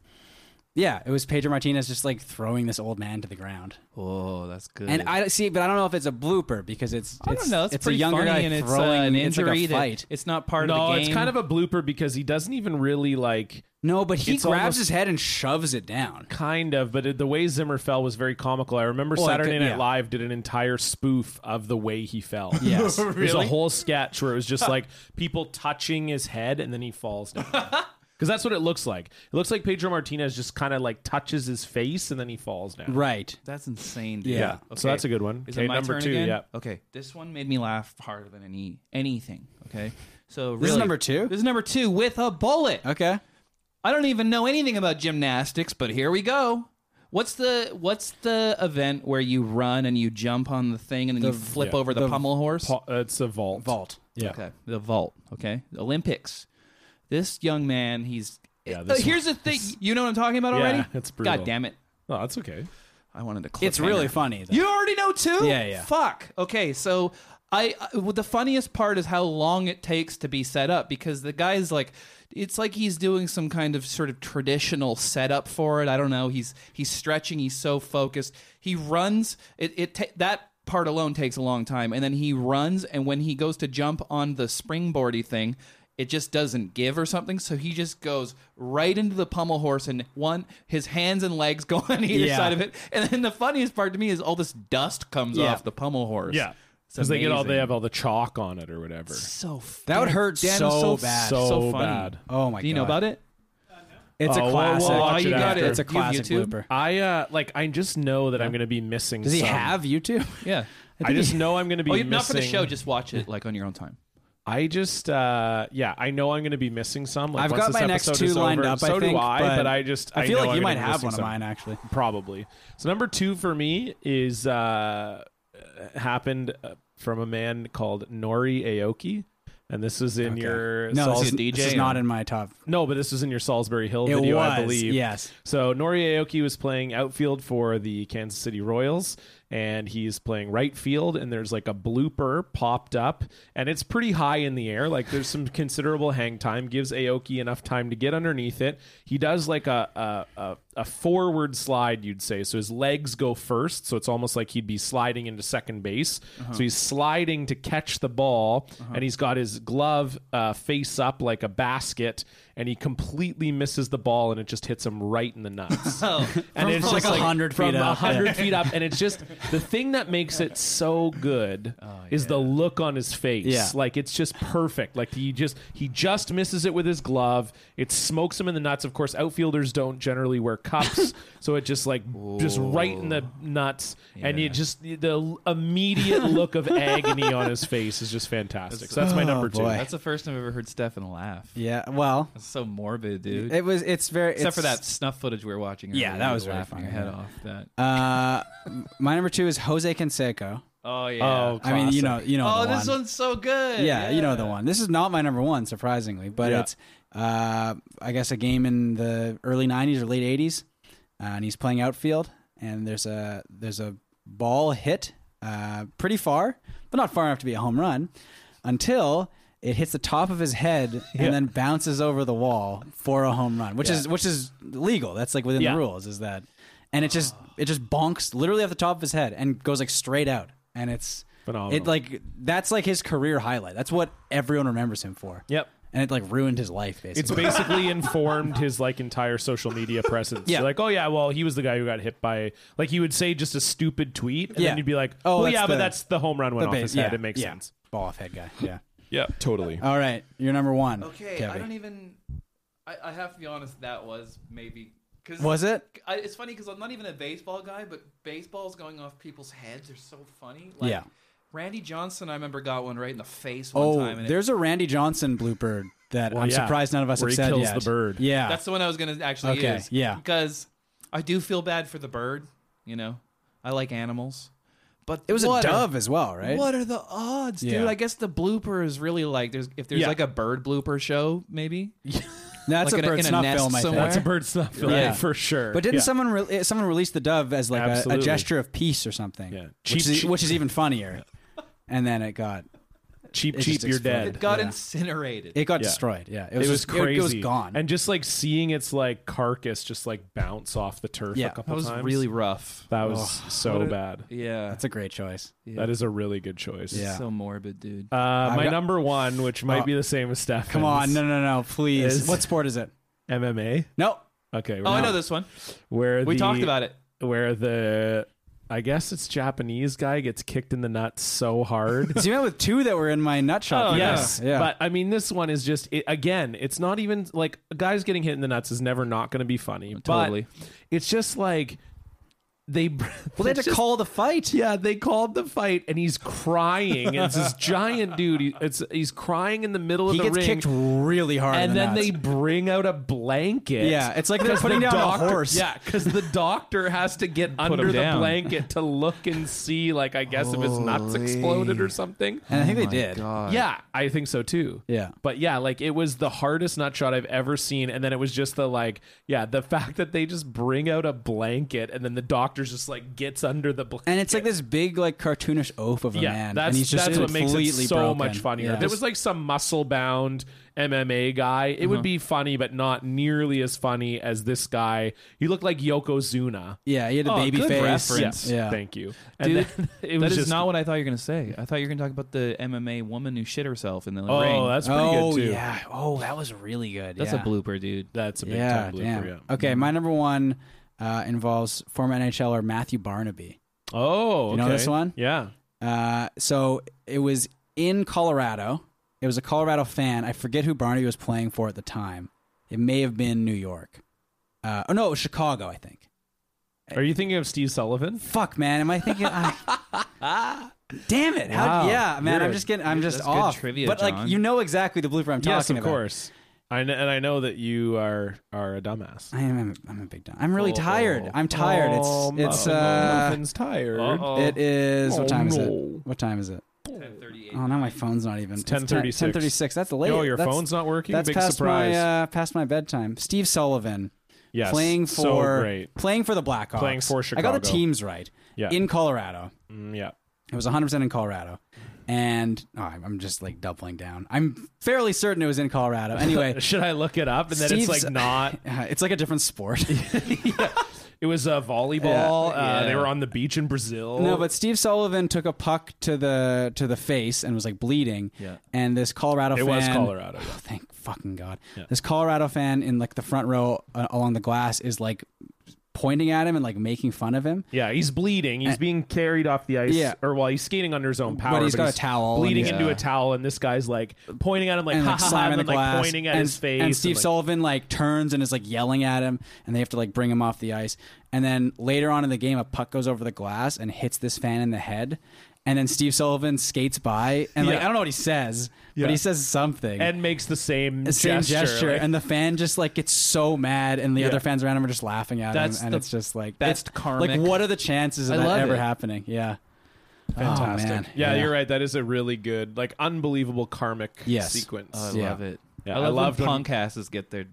yeah, it was Pedro Martinez just like throwing this old man to the ground.
Oh, that's good.
And I see, but I don't know if it's a blooper because it's
I
it's,
don't know. It's,
It's, a
pretty
younger
funny
guy
and it's uh,
throwing
an
it's like
injury
a
that-
fight.
it's not part of
No,
the game.
it's kind of a blooper because he doesn't even really like
no, but he
it's
grabs
almost-
his head and shoves it down.
kind of, but it, the way Zimmer fell was very comical. I remember
Well, it
Saturday
could-
Night
yeah.
Live did an entire spoof of the way he fell.
<laughs> Yes.
There's a whole sketch where it was just
<laughs>
like people touching his head and then he falls down. <laughs> Because that's what it looks like. It looks like Pedro Martinez just kind of like touches his face and then he falls down.
Right.
That's insane.
Yeah.
Dude.
Yeah. So that's a good one.
Is
Okay,
it my
number
turn
two,
again?
yeah.
Okay. This one made me laugh harder than any anything. Okay. So really,
This is number two?
This is number two with a bullet.
Okay.
I don't even know anything about gymnastics, but here we go. What's the what's the event where you run and you jump on the thing and then you flip
yeah,
over the, pommel horse?
Pa- uh, It's a vault.
Vault.
Yeah.
Okay, the vault. Okay, The Olympics. This young man, he's.
Yeah,
Uh,
this
here's the thing. You know what I'm talking about
Yeah,
already.
it's brutal.
God damn it!
Oh, that's okay.
I wanted to.
It's really
cliffhanger.
funny. Though.
You already know too.
Yeah, yeah.
Fuck. Okay, so I, I well, the funniest part is how long it takes to be set up because the guy's like, it's like he's doing some kind of sort of traditional setup for it. I don't know. He's he's stretching. He's so focused. He runs. It it ta- that part alone takes a long time, and then he runs. And when he goes to jump on the springboardy thing. It just doesn't give or something, so he just goes right into the pommel horse and one his hands and legs go <laughs> on either
Yeah.
side of it. <laughs> And then the funniest part to me is all this dust comes
Yeah.
off the pummel horse.
Yeah.
It's
Because they get all they
amazing.
have all the chalk on it or whatever.
so f-
That would hurt
damn, it's
so
so
bad.
So,
funny.
bad.
oh my god.
Do you know about it?
It's
Oh,
a
well,
classic.
we'll watch
it after.
It's a
You have
classic
YouTube?
blooper.
I uh like I just know that I'm gonna be missing.
Does he
some.
have YouTube?
<laughs>
Yeah.
I just know I'm
<laughs>
gonna be
Oh, you-
missing.
not for the show. Just watch it like on your own time.
I just uh yeah I know I'm gonna be missing some. Like,
I've
once
got
this
my next
episode
two
is
lined
over, and
up.
So
I think,
do I, but, I just
I feel
know
like
I'm
you
gonna
might
be
have
missing
one of
some.
mine actually.
probably. So number two for me is uh happened uh, from a man called Nori Aoki, and this was in
Okay.
your
No,
Saul's-
this is, this is not in
<laughs>
my top.
no, but this was in your Salisbury Hill
It
video,
was,
I believe.
yes.
So Nori Aoki was playing outfield for the Kansas City Royals, and he's playing right field. And there's like a blooper popped up, and it's pretty high in the air. Like there's some considerable hang time. Gives Aoki enough time to get underneath it. He does like a a, a a forward slide, you'd say. So his legs go first, so it's almost like he'd be sliding into second base.
Uh-huh.
So he's sliding to catch the ball, and he's got his glove uh, face up like a basket, and he completely misses the ball, and it just hits him right in the
<laughs>
nuts.
Oh,
and
From- from like 100
from
feet up,
100
yeah.
feet up, and it's just the thing that makes it so
<laughs>
good is the look on his face.
Oh, Yeah.
Like it's just perfect. Like he just he just misses it with his glove. It smokes him in the nuts. Of course, outfielders don't generally wear
<laughs>
cups, so it just like just right in the nuts. And you just the immediate look
<laughs>
of agony on his face is just fantastic. So that's my
Oh,
number two.
boy.
That's the first time I've ever heard Stefan laugh.
<laughs>
Yeah. Well,
That's so morbid, dude.
it was. It's very
Except for
it's-
that snuff footage we were watching.
Yeah,
earlier,
that
you
was
were
very
laughing your
funny,
head
yeah.
off. That.
Uh, my number two is Jose Canseco.
Oh yeah.
Oh,
I mean, you know, you know.
Oh,
the
this
one.
one's so good.
Yeah, you know the one. This is not my number one, surprisingly, but
Yeah.
it's uh, I guess a game in the early '90s or late '80s, uh, and he's playing outfield, and there's a there's a ball hit uh, pretty far, but not far enough to be a home run, until. It hits the top of
<laughs>
his head and then bounces over the wall for a home run, which is which is legal. That's like within
Yeah.
the rules. Is that? And it just it just bonks literally off the top of his head and goes like straight out. And it's
Phenomenal.
It like that's like his career highlight. That's what everyone remembers him for.
Yep.
And it like ruined his life basically.
It's basically informed his like entire social media presence.
Yeah.
You're like, oh yeah, well he was the guy who got hit by like he would say just a stupid tweet, and
Yeah.
then you'd be like,
Oh,
oh well,
that's
yeah, but
the-
that's the home run went off his
base-
head. It makes
yeah.
sense.
Ball off head guy. Yeah.
Yeah, totally.
All right, you're number one.
Okay, I
Kevin.
don't even. I, I have to be honest. That was maybe because
Was it?
I, it's funny because I'm not even a baseball guy, but baseballs going off people's heads are so funny. Like,
Yeah.
Randy Johnson, I remember got one right in the face one
Oh,
time. And it-
there's a Randy Johnson blooper that I'm
yeah.
surprised none of us
Where
have
he
said
kills
yet.
the bird.
Yeah.
that's the one I was gonna actually
Okay,
use.
yeah.
because I do feel bad for the bird. You know, I like animals, but
it was
what
a dove as well, right?
What are the odds, dude?
Yeah.
I guess the blooper is really like there's if there's
Yeah.
like a bird blooper show, maybe.
Like
That's a
in a-
bird
in a
snuff
nest
film, I think.
somewhere?
That's a bird snuff film
Yeah.
for sure.
But didn't
Yeah.
someone re- someone release the dove as like a- a,
Absolutely.
gesture of peace or something?
Yeah.
which,
Cheap-
is,
cheap-
which is even funnier. And then it got
cheap,
it
cheap,
just
you're
exploded.
dead.
Got
Yeah.
incinerated.
it got
Yeah.
destroyed. Yeah, it
It
was,
was,
just-
crazy.
It, was gone.
And just like seeing its like carcass just like bounce off the turf
Yeah.
a couple
That was
times.
really rough.
that was so
what a-
bad.
Yeah.
That's a great choice.
That is a really good choice.
Yeah.
So morbid, dude.
Uh, my
got-
number one, which might
Oh.
be the same as Steph.
Come on, no, no, no, please.
Is-
what sport is it?
MMA.
No,
Okay.
oh, I know this one.
Where
We
the-
talked about it.
Where the I guess it's Japanese guy gets kicked in the nuts so hard
<laughs> so you met with two that were in my
Oh,
nutshot.
Yes,
Oh, yeah.
but I mean, this one is just it, again. It's not even like guys getting hit in the nuts is never not going to be funny.
Totally.
but it's just like they. <laughs> Well,
well, they had to call the fight.
Yeah, they called the fight, and he's crying. And it's
<laughs>
this giant dude. He, it's he's crying in the middle of
He
the
gets
ring,
kicked really hard, in
and
the
then
nuts.
they bring out a blanket.
Yeah, it's like they're
'Cause
putting
the
down a
doctor-
horse.
Yeah, because the doctor has to
<laughs>
get under the
down.
blanket to look and see, like I guess if his nuts exploded or something.
and I think they did.
Yeah, I think so too.
Yeah.
But yeah, like it was the hardest nut shot I've ever seen. And then it was just the like, yeah, the <laughs> fact that they just bring out a blanket and then the doctor just like gets under the blanket.
And it's like this big, like cartoonish oaf of a
yeah,
Oh, man,
that's,
and he's just
that's what makes
completely
it so
broken.
much funnier.
Yeah.
If it was like some muscle bound MMA guy, it
Uh-huh.
would be funny, but not nearly as funny as this guy. He looked like Yokozuna.
yeah, he had a
Oh,
baby
good
face.
reference.
Yeah,
Thank you. And
Dude,
then <laughs> it
That
was
is
just,
not what I thought you were going to say. I thought you were going to talk about the MMA woman who shit herself in the
Oh,
ring.
that's pretty
Oh
good too.
yeah. Oh, that was really good.
That's
yeah.
a blooper, dude.
That's a big
Yeah,
time blooper.
damn.
Yeah. Mm-hmm.
Okay, my number one uh, involves former NHLer er Matthew Barnaby.
Oh,
You know
okay.
this one?
Yeah.
Uh, so it was in Colorado. It was a Colorado fan. I forget who Barnaby was playing for at the time. It may have been New York. Uh, oh no, it was Chicago. I think.
Are you thinking of Steve Sullivan?
Fuck, man. Am I thinking? I...
<laughs>
Damn it! How,
Wow.
yeah, man.
You're
I'm
a-
just getting. I'm just
that's good
off.
trivia,
but like,
John.
you know exactly the blooper I'm talking
Yes, of
about.
course. I kn- and I know that you are are a dumbass.
I am. I'm a big dumb. I'm
Oh,
really tired. I'm tired. it's it's uh.
Muffin's tired.
It is. What
Oh,
time is it?
no.
What time is it? Oh, now my phone's not even. It's
10:36.
10:36. That's late.
Oh, your
That's-
phone's not working.
That's
big
past
surprise.
my uh, past my bedtime. Steve Sullivan
yes,
playing for
so great.
playing for the Blackhawks.
Playing for
I got
Chicago.
the teams right.
Yeah.
In Colorado,
Mm, yeah, <laughs>
it was 100 percent in Colorado, and oh, I'm I'm just like doubling down. I'm fairly certain it was in
<laughs>
Colorado. Anyway,
should I look it up? And then it's
Steve's-
like
<laughs>
not.
uh, it's like a different
<laughs>
sport.
It was uh, volleyball.
Yeah.
Uh, they were on the beach in Brazil.
No, but Steve Sullivan took a puck to the to the face and was like bleeding.
Yeah.
And this Colorado
it
fan
was Colorado. yeah.
Oh, thank fucking god. This Colorado fan in like the front row uh, along the glass is like pointing at him and like making fun of him.
Yeah, he's bleeding. He's being carried off the ice.
Yeah.
Or, well, he's skating under his own power.
he's got a towel and
Bleeding
he's-
into a towel, and this guy's like pointing at him, like,
<laughs> And
ha
<laughs> like
ha ha,
slamming
and
the
then, like
glass,
pointing at
and,
his face.
and Steve
like,
Sullivan like turns and is like yelling at him, and they have to like bring him off the ice. And then later on in the game, a puck goes over the glass and hits this fan in the head. And then Steve Sullivan skates by, and like
Yeah.
I don't know what he says,
Yeah.
but he says something.
and makes the same
the same gesture,
like-
and the fan just like gets so mad, and the
Yeah.
other fans around him are just laughing at
That's
him, and
the
it's just like
best
it's-
karmic-
Like, what are the chances of
I
that
love
ever
it.
happening? Yeah,
Fantastic.
Oh, man.
Yeah, you're right. That is a really good, like, unbelievable karmic
Yes. Uh,
sequence.
Oh, I
Yeah.
love it.
Yeah,
I
I
love
loved
when
when-
punk asses get their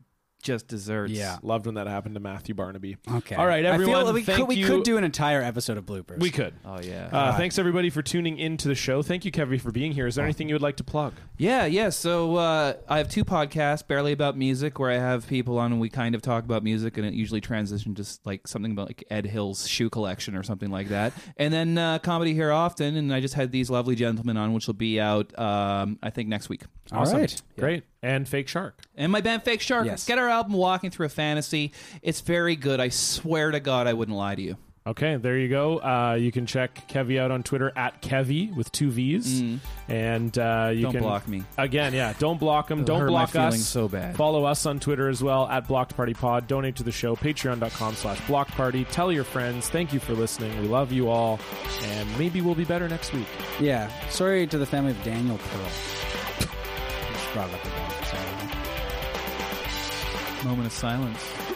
just desserts.
Yeah.
Loved when that happened to Matthew Barnaby.
Okay.
All right,
I
everyone.
feel like we
thank
could we
you.
could do an entire episode of bloopers.
We could.
Oh yeah.
Uh, thanks everybody for tuning in to the show. Thank you, Kevin, for being here. Is there anything you would like to plug?
Yeah, yeah. So uh, I have two podcasts, barely about music, where I have people on and we kind of talk about music, and it usually transitions just like something about like Ed Hill's shoe collection or something like that. <laughs> And then uh, comedy here often, and I just had these lovely gentlemen on, which will be out, um, I think, next week.
All
Awesome.
right.
Great. And Fake Shark.
And my band Fake Shark,
Yes.
get our album Walking Through a Fantasy. It's very good. I swear to God, I wouldn't lie to you.
Okay, there you go. Uh, you can check Kevy out on Twitter at Kevy with two V's, and uh, you
Mm. Don't
can
block me.
again. Yeah, don't block him. Don't
hurt my
block us.
feelings so bad.
Follow us on Twitter as well at Blocked Party Pod. Donate to the show. Patreon.com/slash Blocked Party. Tell your friends. Thank you for listening. We love you all, and maybe we'll be better next week.
Yeah. Sorry to the family of Daniel Pearl. Just brought up again. Sorry.
Moment of silence.